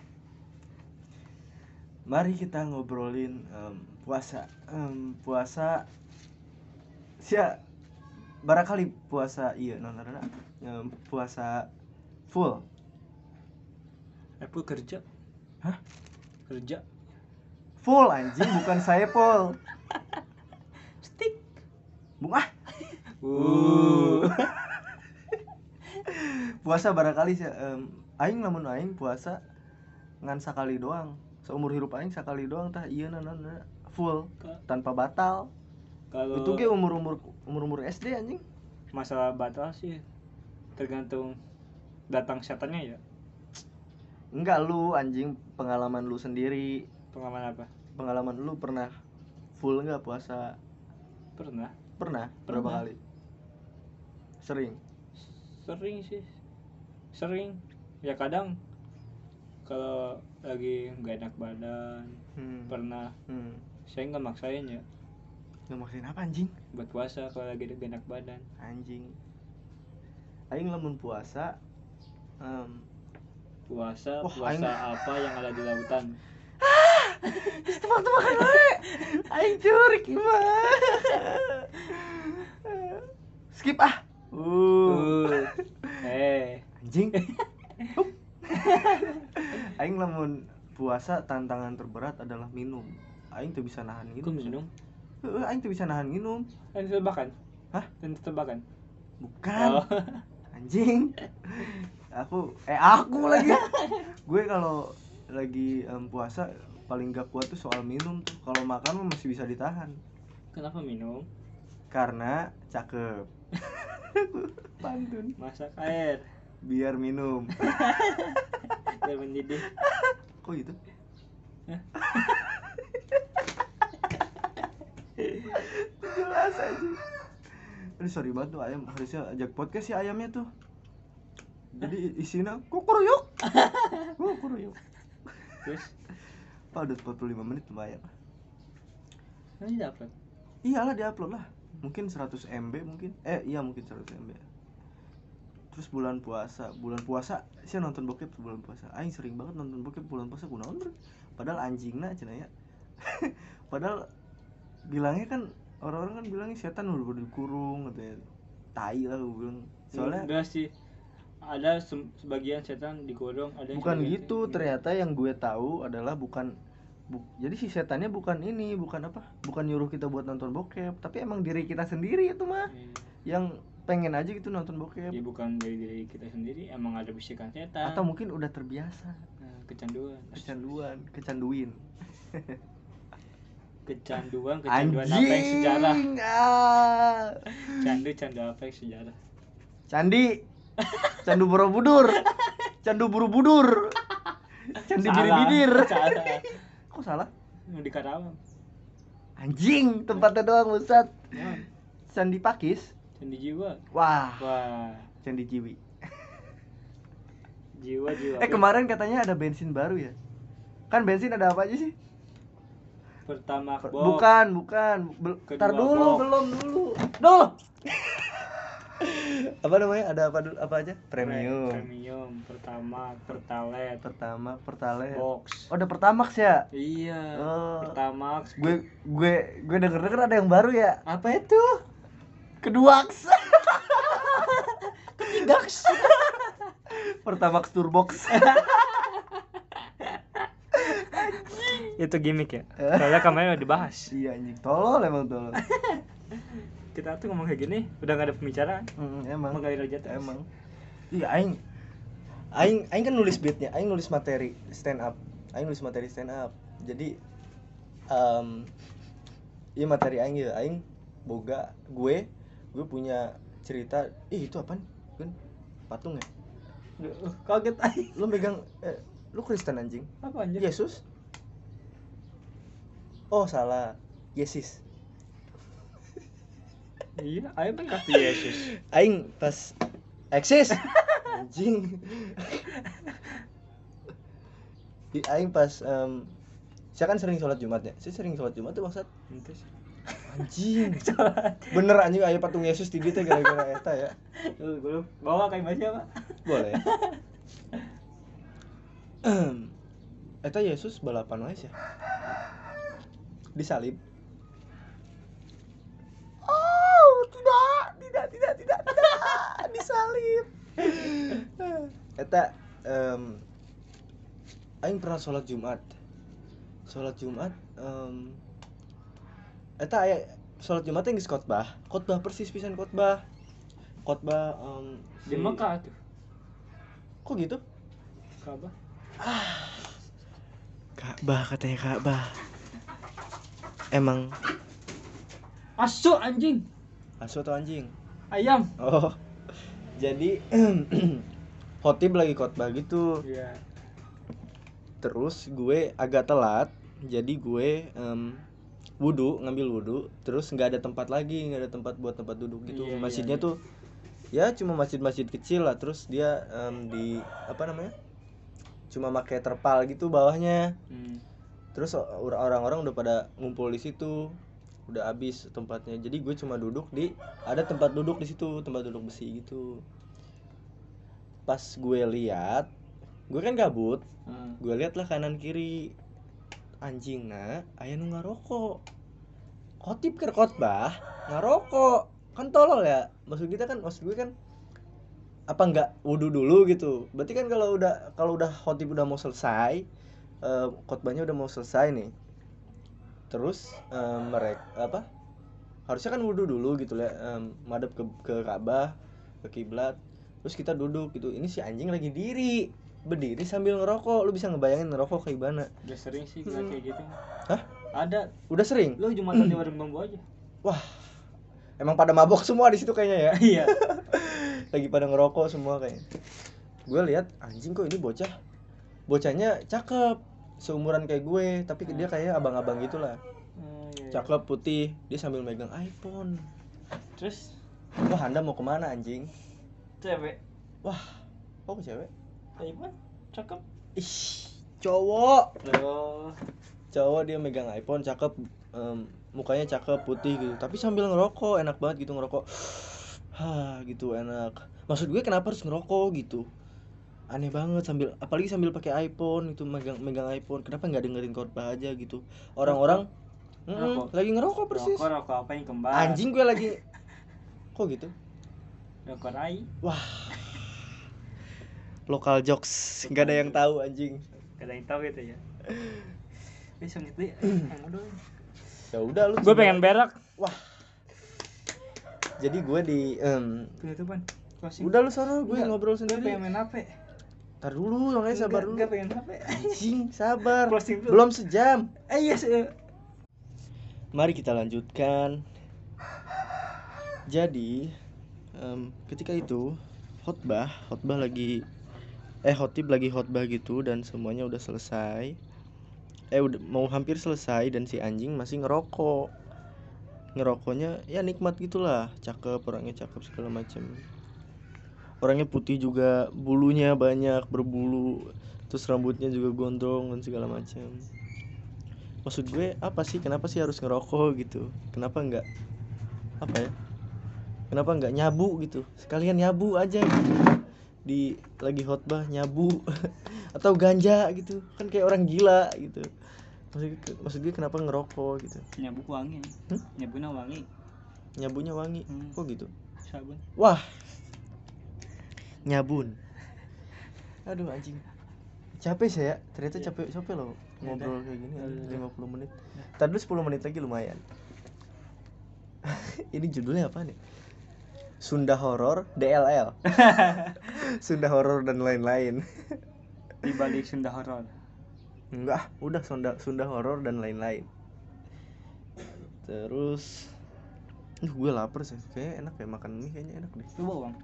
A: Mari kita ngobrolin em, puasa Em, puasa sia barangkali puasa iya non non, non. Em, puasa full
B: Aku kerja.
A: Hah?
B: Kerja.
A: full anjing bukan saya full
B: Stick.
A: Bung ah
B: Uh.
A: puasa barangkali sih em, aing namun aing puasa ngan sakali doang seumur hidup aing sakali doang tah iya nah, nah, nah, full
B: Ka-
A: tanpa batal
B: Kalau
A: itu ge um- umur umur umur umur SD anjing
B: masalah batal sih tergantung datang setannya ya.
A: enggak lu anjing pengalaman lu sendiri
B: Pengalaman apa?
A: pengalaman lu pernah full enggak puasa
B: Pernah.
A: pernah, berapa
B: Pernah.
A: kali sering
B: sering sih sering ya kadang kalau lagi nggak enak badan
A: hmm.
B: pernah
A: hmm.
B: saya nggak maksain ya
A: Nggak maksudin apa anjing
B: buat puasa kalau lagi nggak enak badan
A: anjing aing lamun puasa em, [laughs]
B: puasa
A: Wah,
B: puasa
A: aing-
B: apa yang ada di
A: [laughs]
B: lautan
A: tebak-tebakan we aing curik mah skip ah uh.
B: uh. eh
A: anjing Hup. [laughs] aing lamun puasa tantangan terberat adalah minum aing tuh bisa nahan
B: aku
A: minum
B: minum
A: Heeh, aing tuh bisa nahan minum
B: dan tebakan
A: Hah?
B: dan tebakan Oh.
A: bukan anjing aku eh aku lagi gue kalau lagi em, puasa paling gak kuat tuh soal minum tuh kalau makan mah masih bisa ditahan
B: [laughs] kenapa minum
A: karena cakep pantun
B: masak air
A: biar minum
B: biar mendidih
A: kok gitu jelas aja Aduh sorry banget tuh ayam harusnya ajak podcast si ayamnya tuh jadi isinya kukuruyuk kukuruyuk
B: terus
A: Pak udah 45 menit lumayan
B: nanti dapat
A: Iyalah diupload lah Mungkin 100 MB mungkin Eh iya mungkin 100 MB Terus bulan puasa Bulan puasa Saya nonton bokep bulan puasa Aing sering banget nonton bokep bulan puasa Kunaon bre. Padahal anjingna cenah ya [laughs] Padahal Bilangnya kan Orang-orang kan bilangnya setan udah dikurung katanya Tai lah gue bilang Soalnya
B: enggak sih ada se- sebagian setan digorong ada yang
A: bukan
B: sebagian-
A: gitu ternyata yang gue tahu adalah bukan bu- jadi si setannya bukan ini bukan apa bukan nyuruh kita buat nonton bokep tapi emang diri kita sendiri itu mah
B: Iya.
A: yang pengen aja gitu nonton
B: ya
A: bokep
B: bukan dari diri kita sendiri emang ada bisikan setan
A: atau mungkin udah terbiasa
B: Nah, kecanduan
A: kecanduan kecanduin
B: kecanduan kecanduan apa yang sejarah
A: ah.
B: candu candu apa yang sejarah
A: candi Candu Borobudur. Candu Borobudur. Candi Biri-Bidir.
B: [laughs] salah
A: Kok salah?
B: di Karawang
A: Anjing, tempatnya doang Ustad.
B: Nah,
A: Candi Pakis.
B: candi jiwa
A: Wah,
B: wah
A: Candi Ciwi.
B: jiwa jiwa
A: Eh kemarin katanya ada bensin baru ya? Kan bensin ada apa aja sih?
B: pertama
A: Per-
B: box.
A: Bukan, bukan. Bel-
B: Kedua
A: Tar dulu,
B: box.
A: belum dulu. Duh. apa namanya? Ada apa dulu? Apa aja?
B: Pre-
A: Premium.
B: premium pertama pertalet
A: Pertama, Pertalite. Oh,
B: box
A: ada Pertamax ya?
B: iya
A: Oh.
B: pertama
A: Gue gue gue denger-denger ada yang baru ya?
B: apa itu [laughs]
A: Keduax. Ketigax. Pertamax Turbox.
C: Itu gimmick
A: [laughs]
C: ya. Soalnya kemarin udah dibahas.
A: iya anjing, tolol emang tolol.
B: kita tuh ngomong kayak gini udah gak ada pembicaraan
A: Mm, emang.
B: mengalir aja terus
A: Emang. Iya aing. Aing aing kan nulis beatnya, aing nulis materi stand up. Aing nulis materi stand up. Jadi em iya materi aing ya, aing boga gue gue punya cerita, ih itu apaan? Kan patung ya.
B: Uh, kaget aja
A: Lu megang eh, lu Kristen anjing.
B: apa anjir
A: Yesus. Oh, salah. Yesus.
B: iya ayo pengen kata Yesus
A: aing pas eksis anjing Di aing pas em, saya kan sering sholat jumat ya saya sering sholat jumat tuh maksud
B: Entes.
A: anjing bener anjing ayo patung yesus di dieu teh gara-gara eta ya
B: Lu- lu bawa kayak baca pak
A: [laughs] boleh eta yesus balapan wae ya disalib oh tidak tidak tidak tidak tidak disalib [laughs] eta em aing pernah sholat jumat sholat jumat em eta aya sholat jumat yang khotbah khotbah persis pisan khotbah khotbah em
B: di
A: si-
B: Mekah tuh
A: kok gitu
B: Kaabah
A: Ka'bah katanya Ka'bah. Emang
B: asu anjing
A: asu atau anjing?
B: ayam
A: Oh. Jadi [clears throat] khotib lagi khotbah gitu.
B: iya
A: Terus gue agak telat, jadi gue em, wudhu ngambil wudhu terus nggak ada tempat lagi nggak ada tempat buat tempat duduk gitu
B: Iya, iya,
A: masjidnya
B: iya.
A: tuh ya cuma masjid-masjid kecil lah terus dia em, di apa namanya cuma pakai terpal gitu bawahnya
B: hmm.
A: terus o- orang-orang udah pada ngumpul di situ udah habis tempatnya jadi gue cuma duduk di ada tempat duduk di situ tempat duduk besi gitu pas gue lihat gue kan gabut
B: Ah.
A: gue lihat lah kanan kiri anjing nah ayah nu ngarokok khotib ke khotbah ngarokok kan tolol ya maksud kita kan maksud gue kan apa enggak wudhu dulu gitu berarti kan kalau udah kalau udah khotib udah mau selesai eh, khotbahnya udah mau selesai nih terus mereka apa harusnya kan wudhu dulu gitu ya em, madep ke ke Ka'bah ke kiblat terus kita duduk gitu ini si anjing lagi diri berdiri sambil ngerokok lu bisa ngebayangin ngerokok kayak gimana
B: udah sering sih gua kayak gitu
A: Hah?
B: ada
A: udah sering
B: lu jumatan [clears throat] di warung bambu aja
A: emang pada mabok semua di situ kayaknya ya
B: [laughs]
A: [laughs]
B: iya
A: lagi pada ngerokok semua kayaknya gue lihat anjing kok ini bocah bocahnya cakep seumuran kayak gue tapi dia kayak abang-abang gitulah
B: Ah, iya, iya.
A: cakep putih dia sambil megang iPhone
B: terus
A: wah anda mau kemana anjing
B: cewek
A: oh ke cewek
B: ayam cakep
A: ih cowok
B: oh
A: cowok dia megang iPhone cakep em, mukanya cakep putih gitu tapi sambil ngerokok enak banget gitu ngerokok [sighs] Hah gitu enak maksud gue kenapa harus ngerokok gitu aneh banget sambil apalagi sambil pakai iPhone gitu megang megang iPhone kenapa nggak dengerin khotbah aja gitu orang-orang Mm-mm,
B: Ngerokok.
A: lagi ngerokok persis
B: rokok rokok apa yang kembar
A: anjing gue lagi kok gitu
B: rokok rai
A: lokal jokes nggak ada yang tahu anjing
B: gak ada yang tahu gitu ya ini sengit [clears throat] deh aduh
A: ya udah lu
C: Gue pengen berak.
A: jadi gue di em,
B: penutupan closing
A: udah lu sono gue
B: Nggak,
A: ngobrol
B: gue pengen
A: sendiri
B: main HP
A: ntar dulu soalnya sabar dulu
B: gue pengen HP
A: Anjing, sabar.
B: closing dulu
A: Belum sejam. [laughs]
B: eh iya se-
A: Mari kita lanjutkan. Jadi, em, ketika itu khotbah khotbah lagi eh khotib lagi khotbah gitu dan semuanya udah selesai eh udah mau hampir selesai dan si anjing masih ngerokok ngerokoknya ya nikmat gitulah cakep orangnya cakep segala macem orangnya putih juga bulunya banyak berbulu terus rambutnya juga gondrong dan segala macam maksud gue apa sih kenapa sih harus ngerokok gitu kenapa nggak apa ya kenapa nggak nyabu gitu sekalian nyabu aja gitu di lagi khotbah nyabu [laughs] atau ganja gitu kan kayak orang gila gitu maksud gue, maksud gue kenapa ngerokok gitu
B: nyabuk wangi
A: Hmm?
B: nyabunya wangi
A: nyabunya wangi
B: Hmm.
A: kok gitu
B: sabun
A: wah nyabun aduh anjing capek saya ternyata
B: Iya.
A: capek capek loh
B: Ya udah.
A: ngobrol kayak gini
B: Ya udah. Iya.
A: 50 menit tadi 10 menit lagi lumayan [laughs] ini judulnya apa nih Sunda horor
B: [laughs]
A: DLL Sunda horor dan lain-lain [laughs]
B: di balik sunda horor
A: enggak udah Sunda Sunda horor dan lain-lain terus Duh, gue lapar sih kayaknya enak ya makan mie kayaknya enak deh
B: lu bawa uang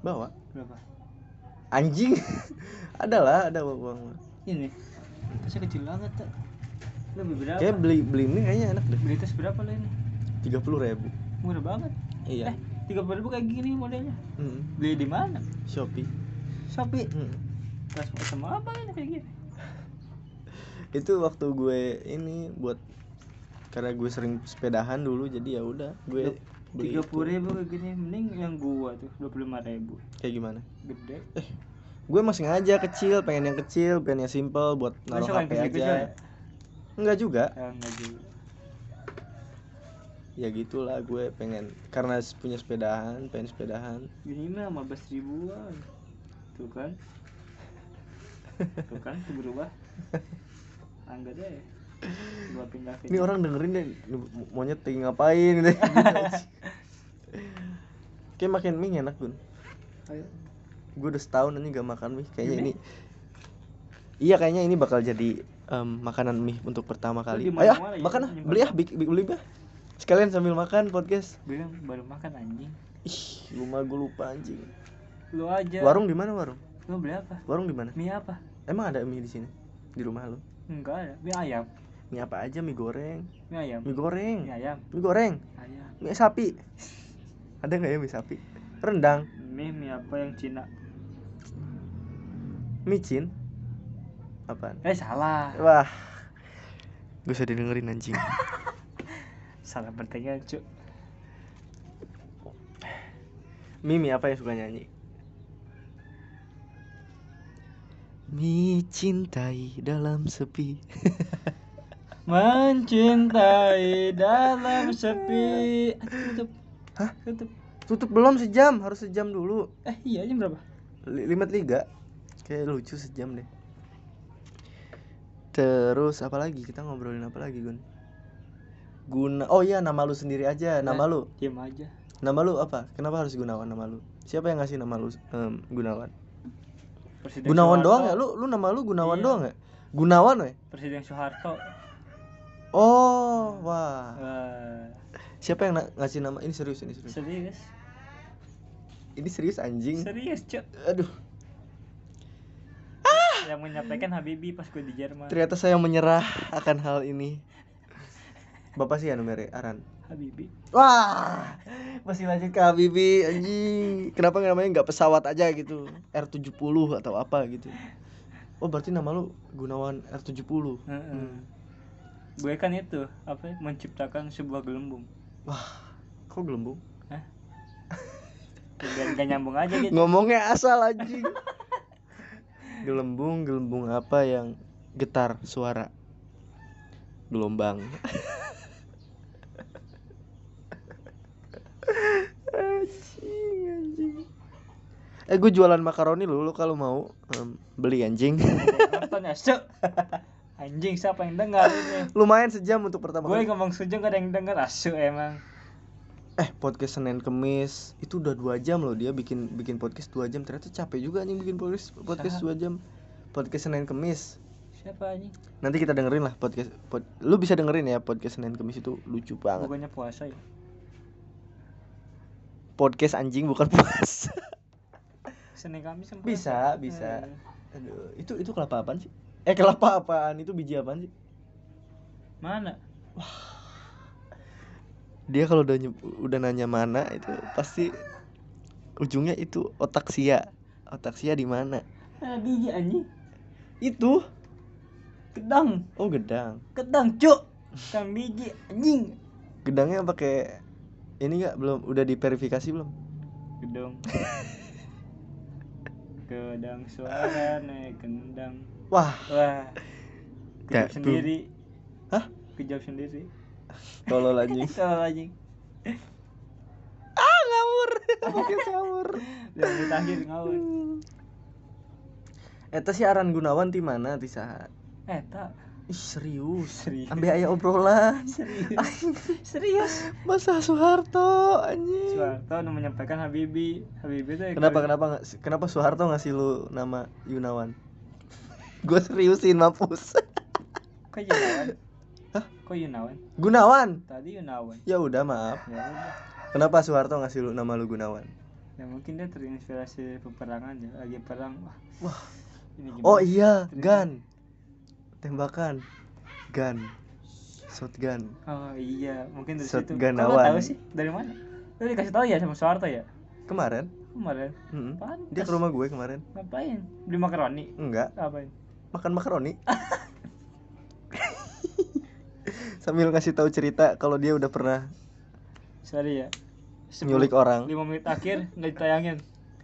A: bawa
B: berapa
A: anjing [laughs] adalah ada uang
B: ini tasnya kecil banget tak lebih berapa
A: kayak beli beli mie kayaknya enak deh
B: beli tas berapa lo ini
A: tiga puluh ribu
B: murah banget
A: iya
B: eh tiga ribu kayak gini modelnya
A: Mm,
B: beli di mana
A: shopee
B: shopee
A: Mm.
B: tas sama apa ini kayak gini
A: itu waktu gue ini buat karena gue sering sepedahan dulu jadi ya udah gue beli
B: tiga puluh
A: itu.
B: ribu kayak gini mending yang gua tuh dua puluh lima ribu
A: kayak gimana
B: gede
A: Eh, gue masih sengaja kecil pengen yang kecil pengen yang simple buat
B: Lu
A: naruh
B: suka yang
A: hp
B: kecil-kecil
A: aja enggak juga
B: ya? Eh, nggak Ya, juga
A: ya gitulah gue pengen karena punya sepedahan pengen sepedahan
B: Ini mah 15 ribuan Tuh kan Tuh kan, tuh berubah Angga deh Gua pindah ke
A: ini orang dengerin deh ini mo- monyet lagi ngapain deh kayak makan mie enak gun
B: Ayo.
A: gue udah setahun ini gak makan mie kayaknya
B: Iya,
A: ini iya kayaknya ini bakal jadi em, makanan mie untuk pertama kali ayo
B: dimana-mana ya,
A: makan ah
B: nyimpan
A: beli ah bik- bik- beli ah sekalian sambil makan podcast
B: Bilang baru makan anjing
A: ih rumah gue lupa anjing
B: Lu aja
A: warung di mana warung
B: Lu beli apa?
A: warung di mana
B: Mie apa?
A: emang ada mie di sini di rumah lu
B: Enggak ada Mie ayam
A: mie apa aja mie goreng
B: Mie ayam
A: mie goreng
B: Mie ayam
A: mie goreng
B: Ayam
A: mie sapi ada nggak ya mie sapi rendang
B: Mie, mie apa yang Cina?
A: micin apaan
B: Eh salah
A: wah gue usah dengerin anjing
B: Salah pertanyaan cu
A: [laughs] Mimi apa yang suka nyanyi Mencintai dalam sepi
B: Mencintai dalam sepi Aduh, Tutup
A: Hah?
B: Tutup
A: Tutup belum sejam, harus sejam dulu
B: Eh iya jam berapa?
A: Li- Limat liga Kayak lucu sejam deh Terus apa lagi? Kita ngobrolin apa lagi Gun? Guna Oh iya nama lu sendiri aja Nama
B: Nah.
A: lu
B: Diam aja
A: Nama lu apa? Kenapa harus Gunawan nama lu? Siapa yang ngasih nama lu em, Gunawan?
B: Presiden
A: Gunawan doang
B: Soeharto.
A: ya? Lu lu nama lu Gunawan
B: Iya.
A: doang ya? Gunawan weh?
B: Presiden Soeharto
A: Oh, wah.
B: Eh,
A: Siapa yang na- ngasih nama ini serius ini serius.
B: serius
A: Ini serius anjing.
B: serius cok
A: Aduh,
B: yang menyampaikan Habibie pas gue di Jerman
A: ternyata saya menyerah akan hal ini. Bapak sih anu mere Aran.
B: Habibie
A: Wah, masih lanjut ke Habibi anjing. Kenapa nggak namanya nggak pesawat aja gitu? R70 atau apa gitu. Oh, berarti nama lu Gunawan R70.
D: Hmm.
B: Heeh. gue kan itu apa ya, menciptakan sebuah gelembung
A: Kok gelembung?
B: biar gak nyambung aja gitu
A: Ngomongnya asal anjing. gelembung, gelembung apa yang getar suara? Gelombang. anjing, anjing. Eh gue jualan makaroni lu, lu kalau mau em, beli anjing. [laughs]
B: nonton ya
D: [laughs]
B: cok anjing siapa yang dengar ini
A: Lumayan sejam untuk pertama kali.
B: gue ngomong sejam gak ada yang dengar asu emang
A: Eh podcast Senin Kemis itu udah dua jam loh dia bikin bikin podcast dua jam ternyata capek juga anjing bikin podcast podcast dua jam podcast Senin Kemis
B: siapa anjing
A: nanti kita dengerin lah podcast pod, lu bisa dengerin ya podcast Senin Kemis itu lucu banget
B: bukannya puasa ya
A: [laughs] podcast anjing bukan puasa
B: Senin Kamis sama
D: bisa bisa aduh itu itu kelapa apaan sih eh kelapa apaan itu biji apaan sih
B: Mana?
A: Dia kalau udah nyeb- udah nanya mana itu pasti ujungnya itu otak sia. Otak sia di mana?
B: Ada biji anjing.
D: itu
B: Kedang,
A: Oh, gedang.
B: kedang, cuk. Kedang biji anjing.
A: Gedangnya pakai ini enggak belum udah diverifikasi belum?
B: Gedong. Kedang suara naik kendang.
D: wah
A: Ya,
B: Wah. Kejawab
A: tuh.
B: sendiri.
A: Hah?
B: Kejawab sendiri.
A: Tolol [laughs] anjing.
B: Kalau anjing.
A: ngawur. Mungkin ngawur.
B: Dan terakhir ngawur.
A: Eta si Eh, Aran Gunawan di mana ti saha?
B: Eh, tak.
A: Ih, serius.
B: Serius.
A: Ambil aya obrolan.
B: Serius. Serius.
A: Masa Soeharto anjing.
B: Soeharto udah menyampaikan Habibi. Habibi itu
A: Kenapa kenapa nggak- kenapa Soeharto ngasih lu nama [laughs] Yunawan? Gue seriusin mampus.
B: Kok Yunawan?
A: Hah?
B: Kok Yunawan?
A: [laughs] Gunawan.
B: Tadi Yunawan.
A: Ya udah maaf.
B: Ya udah.
A: Kenapa Soeharto ngasih lu nama lu Gunawan?
B: Ya mungkin dia terinspirasi peperangan ya, lagi perang. Wah. Ini gimana?
A: Oh iya, gun. Tembakan. Gun. Shotgun.
B: Oh iya, mungkin dari situ.
A: Shotgun
B: Kok lo tahu
A: awan.
B: sih? Dari mana? Lo dikasih tahu ya sama Soeharto ya?
A: Kemarin?
B: Kemarin.
A: Mm-mm.
B: Apaan?
A: Dia ke rumah gue kemarin.
B: Ngapain? Beli makaroni.
A: Enggak,
B: Ngapain?
A: makan [laughs] makaroni. Sambil ngasih tahu cerita kalau dia udah pernah
B: Sorry ya. Sepuluh-
A: nyulik orang.
B: lima menit akhir nggak ditayangin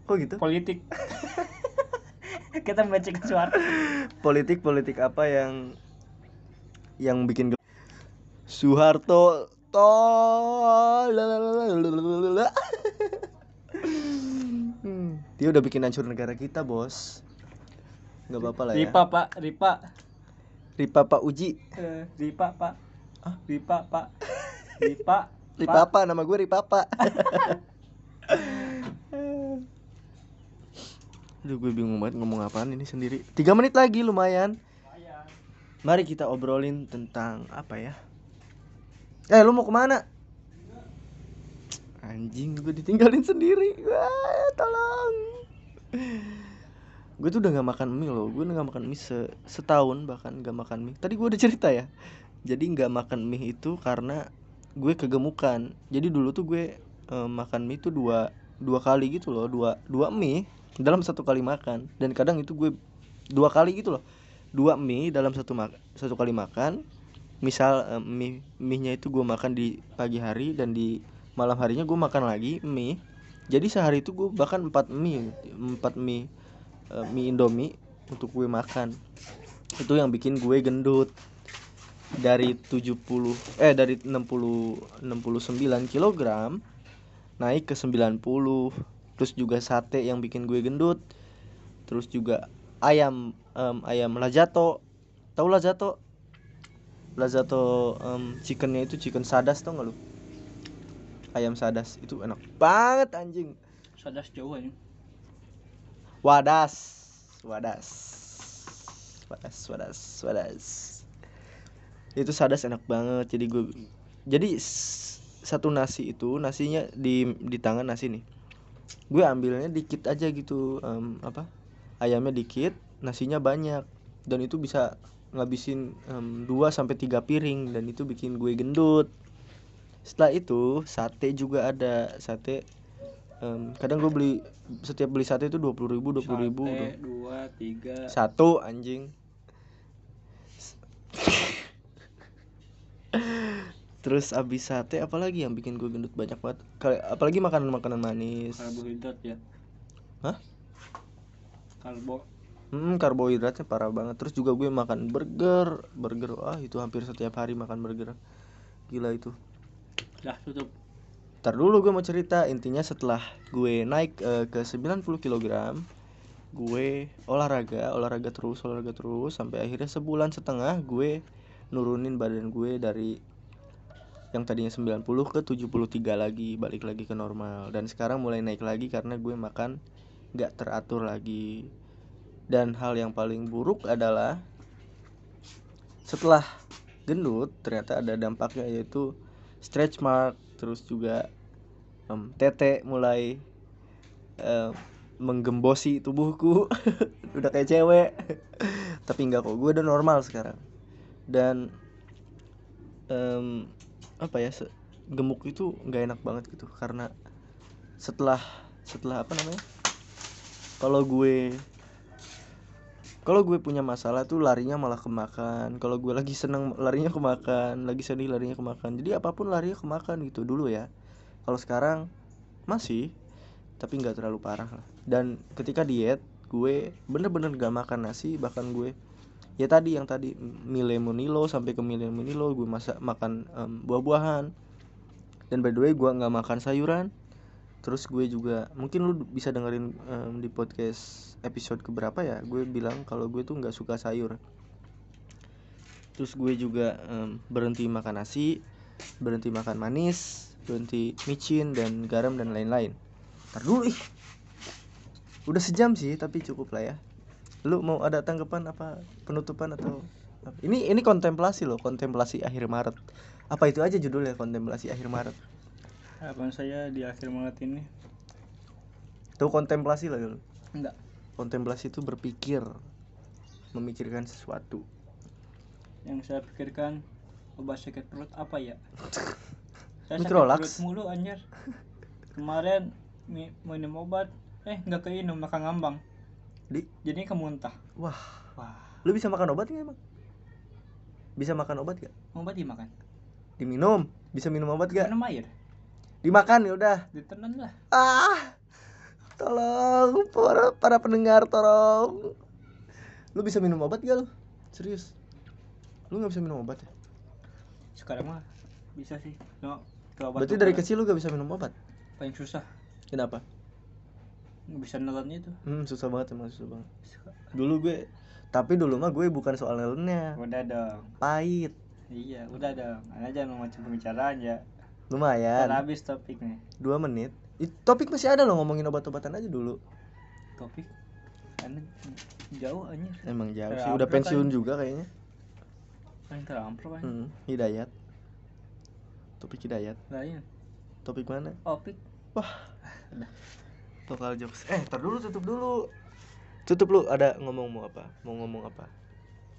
A: Kok gitu?
B: politik. [laughs] Kita membacakan Soeharto.
A: politik-politik apa yang yang bikin gel- Soeharto tol Hmm, dia udah bikin hancur negara kita bos nggak apa-apa lah ya
B: Ripa Pak, Ripa.
A: Ripa Pak Uji
B: Eh, Ripa Pak.
A: Hah?
B: Ripa Pak. Ripa.
A: Ripa apa nama gue Ripa apa [laughs] Aduh gue bingung banget ngomong apaan ini sendiri Tiga menit lagi lumayan Mari kita obrolin tentang apa ya Eh lu mau kemana? Anjing gue ditinggalin sendiri Wah, Tolong Gue tuh udah gak makan mie loh Gue udah gak makan mie se- setahun bahkan gak makan mie Tadi gue udah cerita ya Jadi gak makan mie itu karena gue kegemukan Jadi dulu tuh gue eh, makan mie tuh dua dua kali gitu loh dua dua mie dalam satu kali makan dan kadang itu gue dua kali gitu loh dua mie dalam satu mak satu kali makan misal eh, mie mie nya itu gue makan di pagi hari dan di malam harinya gue makan lagi mie jadi sehari itu gue bahkan empat mie empat mie eh, mie indomie untuk gue makan itu yang bikin gue gendut dari 70 eh dari 60 69 kilogram naik ke 90 terus juga sate yang bikin gue gendut terus juga ayam em, ayam lajato tahu lajato lajato em, chickennya itu chicken sadas tau gak lu ayam sadas itu enak banget anjing
B: [laughs] Sadas Jawa ya.
A: wadas wadas wadas wadas wadas itu sadas enak banget jadi gue jadi s- satu nasi itu nasinya di di tangan nasi nih gue ambilnya dikit aja gitu em, apa ayamnya dikit nasinya banyak dan itu bisa ngabisin 2 sampai 3 piring dan itu bikin gue gendut setelah itu sate juga ada sate em, kadang gue beli setiap beli sate itu 20.000 ribu ribu
B: Sate, dua, tiga.
A: satu anjing terus abis sate apalagi yang bikin gue gendut banyak banget Kali- apalagi makanan makanan manis
B: karbohidrat ya
A: Hah?
B: karbo
A: Hmm, karbohidratnya parah banget. Terus juga gue makan burger, burger. Ah, itu hampir setiap hari makan burger. Gila itu.
B: dah tutup
A: Ntar dulu gue mau cerita. Intinya setelah gue naik eh, ke 90 kg, gue olahraga, olahraga terus, olahraga terus sampai akhirnya sebulan setengah gue nurunin badan gue dari yang tadinya 90 ke 73 lagi, balik lagi ke normal. Dan sekarang mulai naik lagi karena gue makan nggak teratur lagi. Dan hal yang paling buruk adalah setelah gendut ternyata ada dampaknya yaitu stretch mark terus juga em, tete mulai em, menggembosi tubuhku [laughs] udah kayak cewek [laughs] tapi nggak kok gue udah normal sekarang dan em, apa ya se- gemuk itu nggak enak banget gitu karena setelah setelah apa namanya kalau gue kalau gue punya masalah tuh larinya malah ke makan kalau gue lagi seneng larinya ke makan lagi sedih larinya ke makan jadi apapun larinya ke makan gitu dulu ya kalau sekarang masih tapi nggak terlalu parah lah dan ketika diet gue bener-bener gak makan nasi bahkan gue ya tadi yang tadi mile munilo sampai ke mile munilo gue masak makan em, buah-buahan dan by the way gue nggak makan sayuran terus gue juga mungkin lu bisa dengerin em, di podcast episode keberapa ya gue bilang kalau gue tuh nggak suka sayur terus gue juga em, berhenti makan nasi berhenti makan manis berhenti micin dan garam dan lain-lain Ntar dulu ih. Udah sejam sih, tapi cukup lah ya. Lu mau ada tanggapan apa penutupan atau apa? ini ini kontemplasi loh, kontemplasi akhir Maret. Apa itu aja judulnya kontemplasi akhir Maret?
B: harapan saya di akhir Maret ini
A: Tuh kontemplasi lah dulu.
B: enggak
A: Kontemplasi itu berpikir memikirkan sesuatu.
B: yang saya pikirkan obat sakit perut apa
A: [laughs]
B: ya saya sakit
A: Mikrolax.
B: perut mulu anjir kemarin mi- minum obat eh nggak keinum maka ngambang
A: Di-
B: jadi kemuntah
A: Wah,
B: wah
A: lu bisa makan obat nggak emang? Bisa makan obat gak?
B: obat dimakan
A: Diminum? Bisa minum obat gak?
B: minum air
A: Dimakan ya udah.
B: ditelan lah
A: Ah, tolong para, para pendengar tolong. Lu bisa minum obat gak lu? Serius? Lu nggak bisa minum obat ya?
B: sekarang mah bisa sih no ke obat
A: Berarti
B: tuh
A: dari
B: paling-
A: kecil lu gak bisa minum obat?
B: paling susah
A: Kenapa?
B: nggak bisa nelannya itu
A: Hmm, susah banget emang susah banget. Dulu gue, tapi dulu mah gue bukan soal nelennya,
B: udah dong
A: pahit,
B: iya udah dong Anda jangan macam pembicaraan ya Ntar
A: lumayan.
B: habis topiknya
A: Dua menit. Ih, topik masih ada loh ngomongin obat-obatan aja dulu.
B: topik Anda jauh anjir
A: Emang jauh sih,
B: Teraprak
A: udah pensiun
B: aja.
A: juga kayaknya.
B: paling terampar kan
A: Hmm, hidayat. Topik hidayat.
B: lain
A: Topik mana?
B: topik
A: Total jokes. Eh, tar dulu tutup dulu. Tutup lu ada ngomong mau apa? Mau ngomong apa?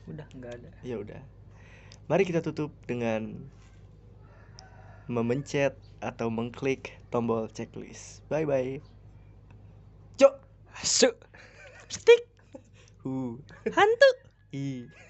B: udah nggak ada
A: Ya udah. Mari kita tutup dengan memencet atau mengklik tombol checklist. Bye bye. Cok. Su. Stik. Hu. Hantu. I.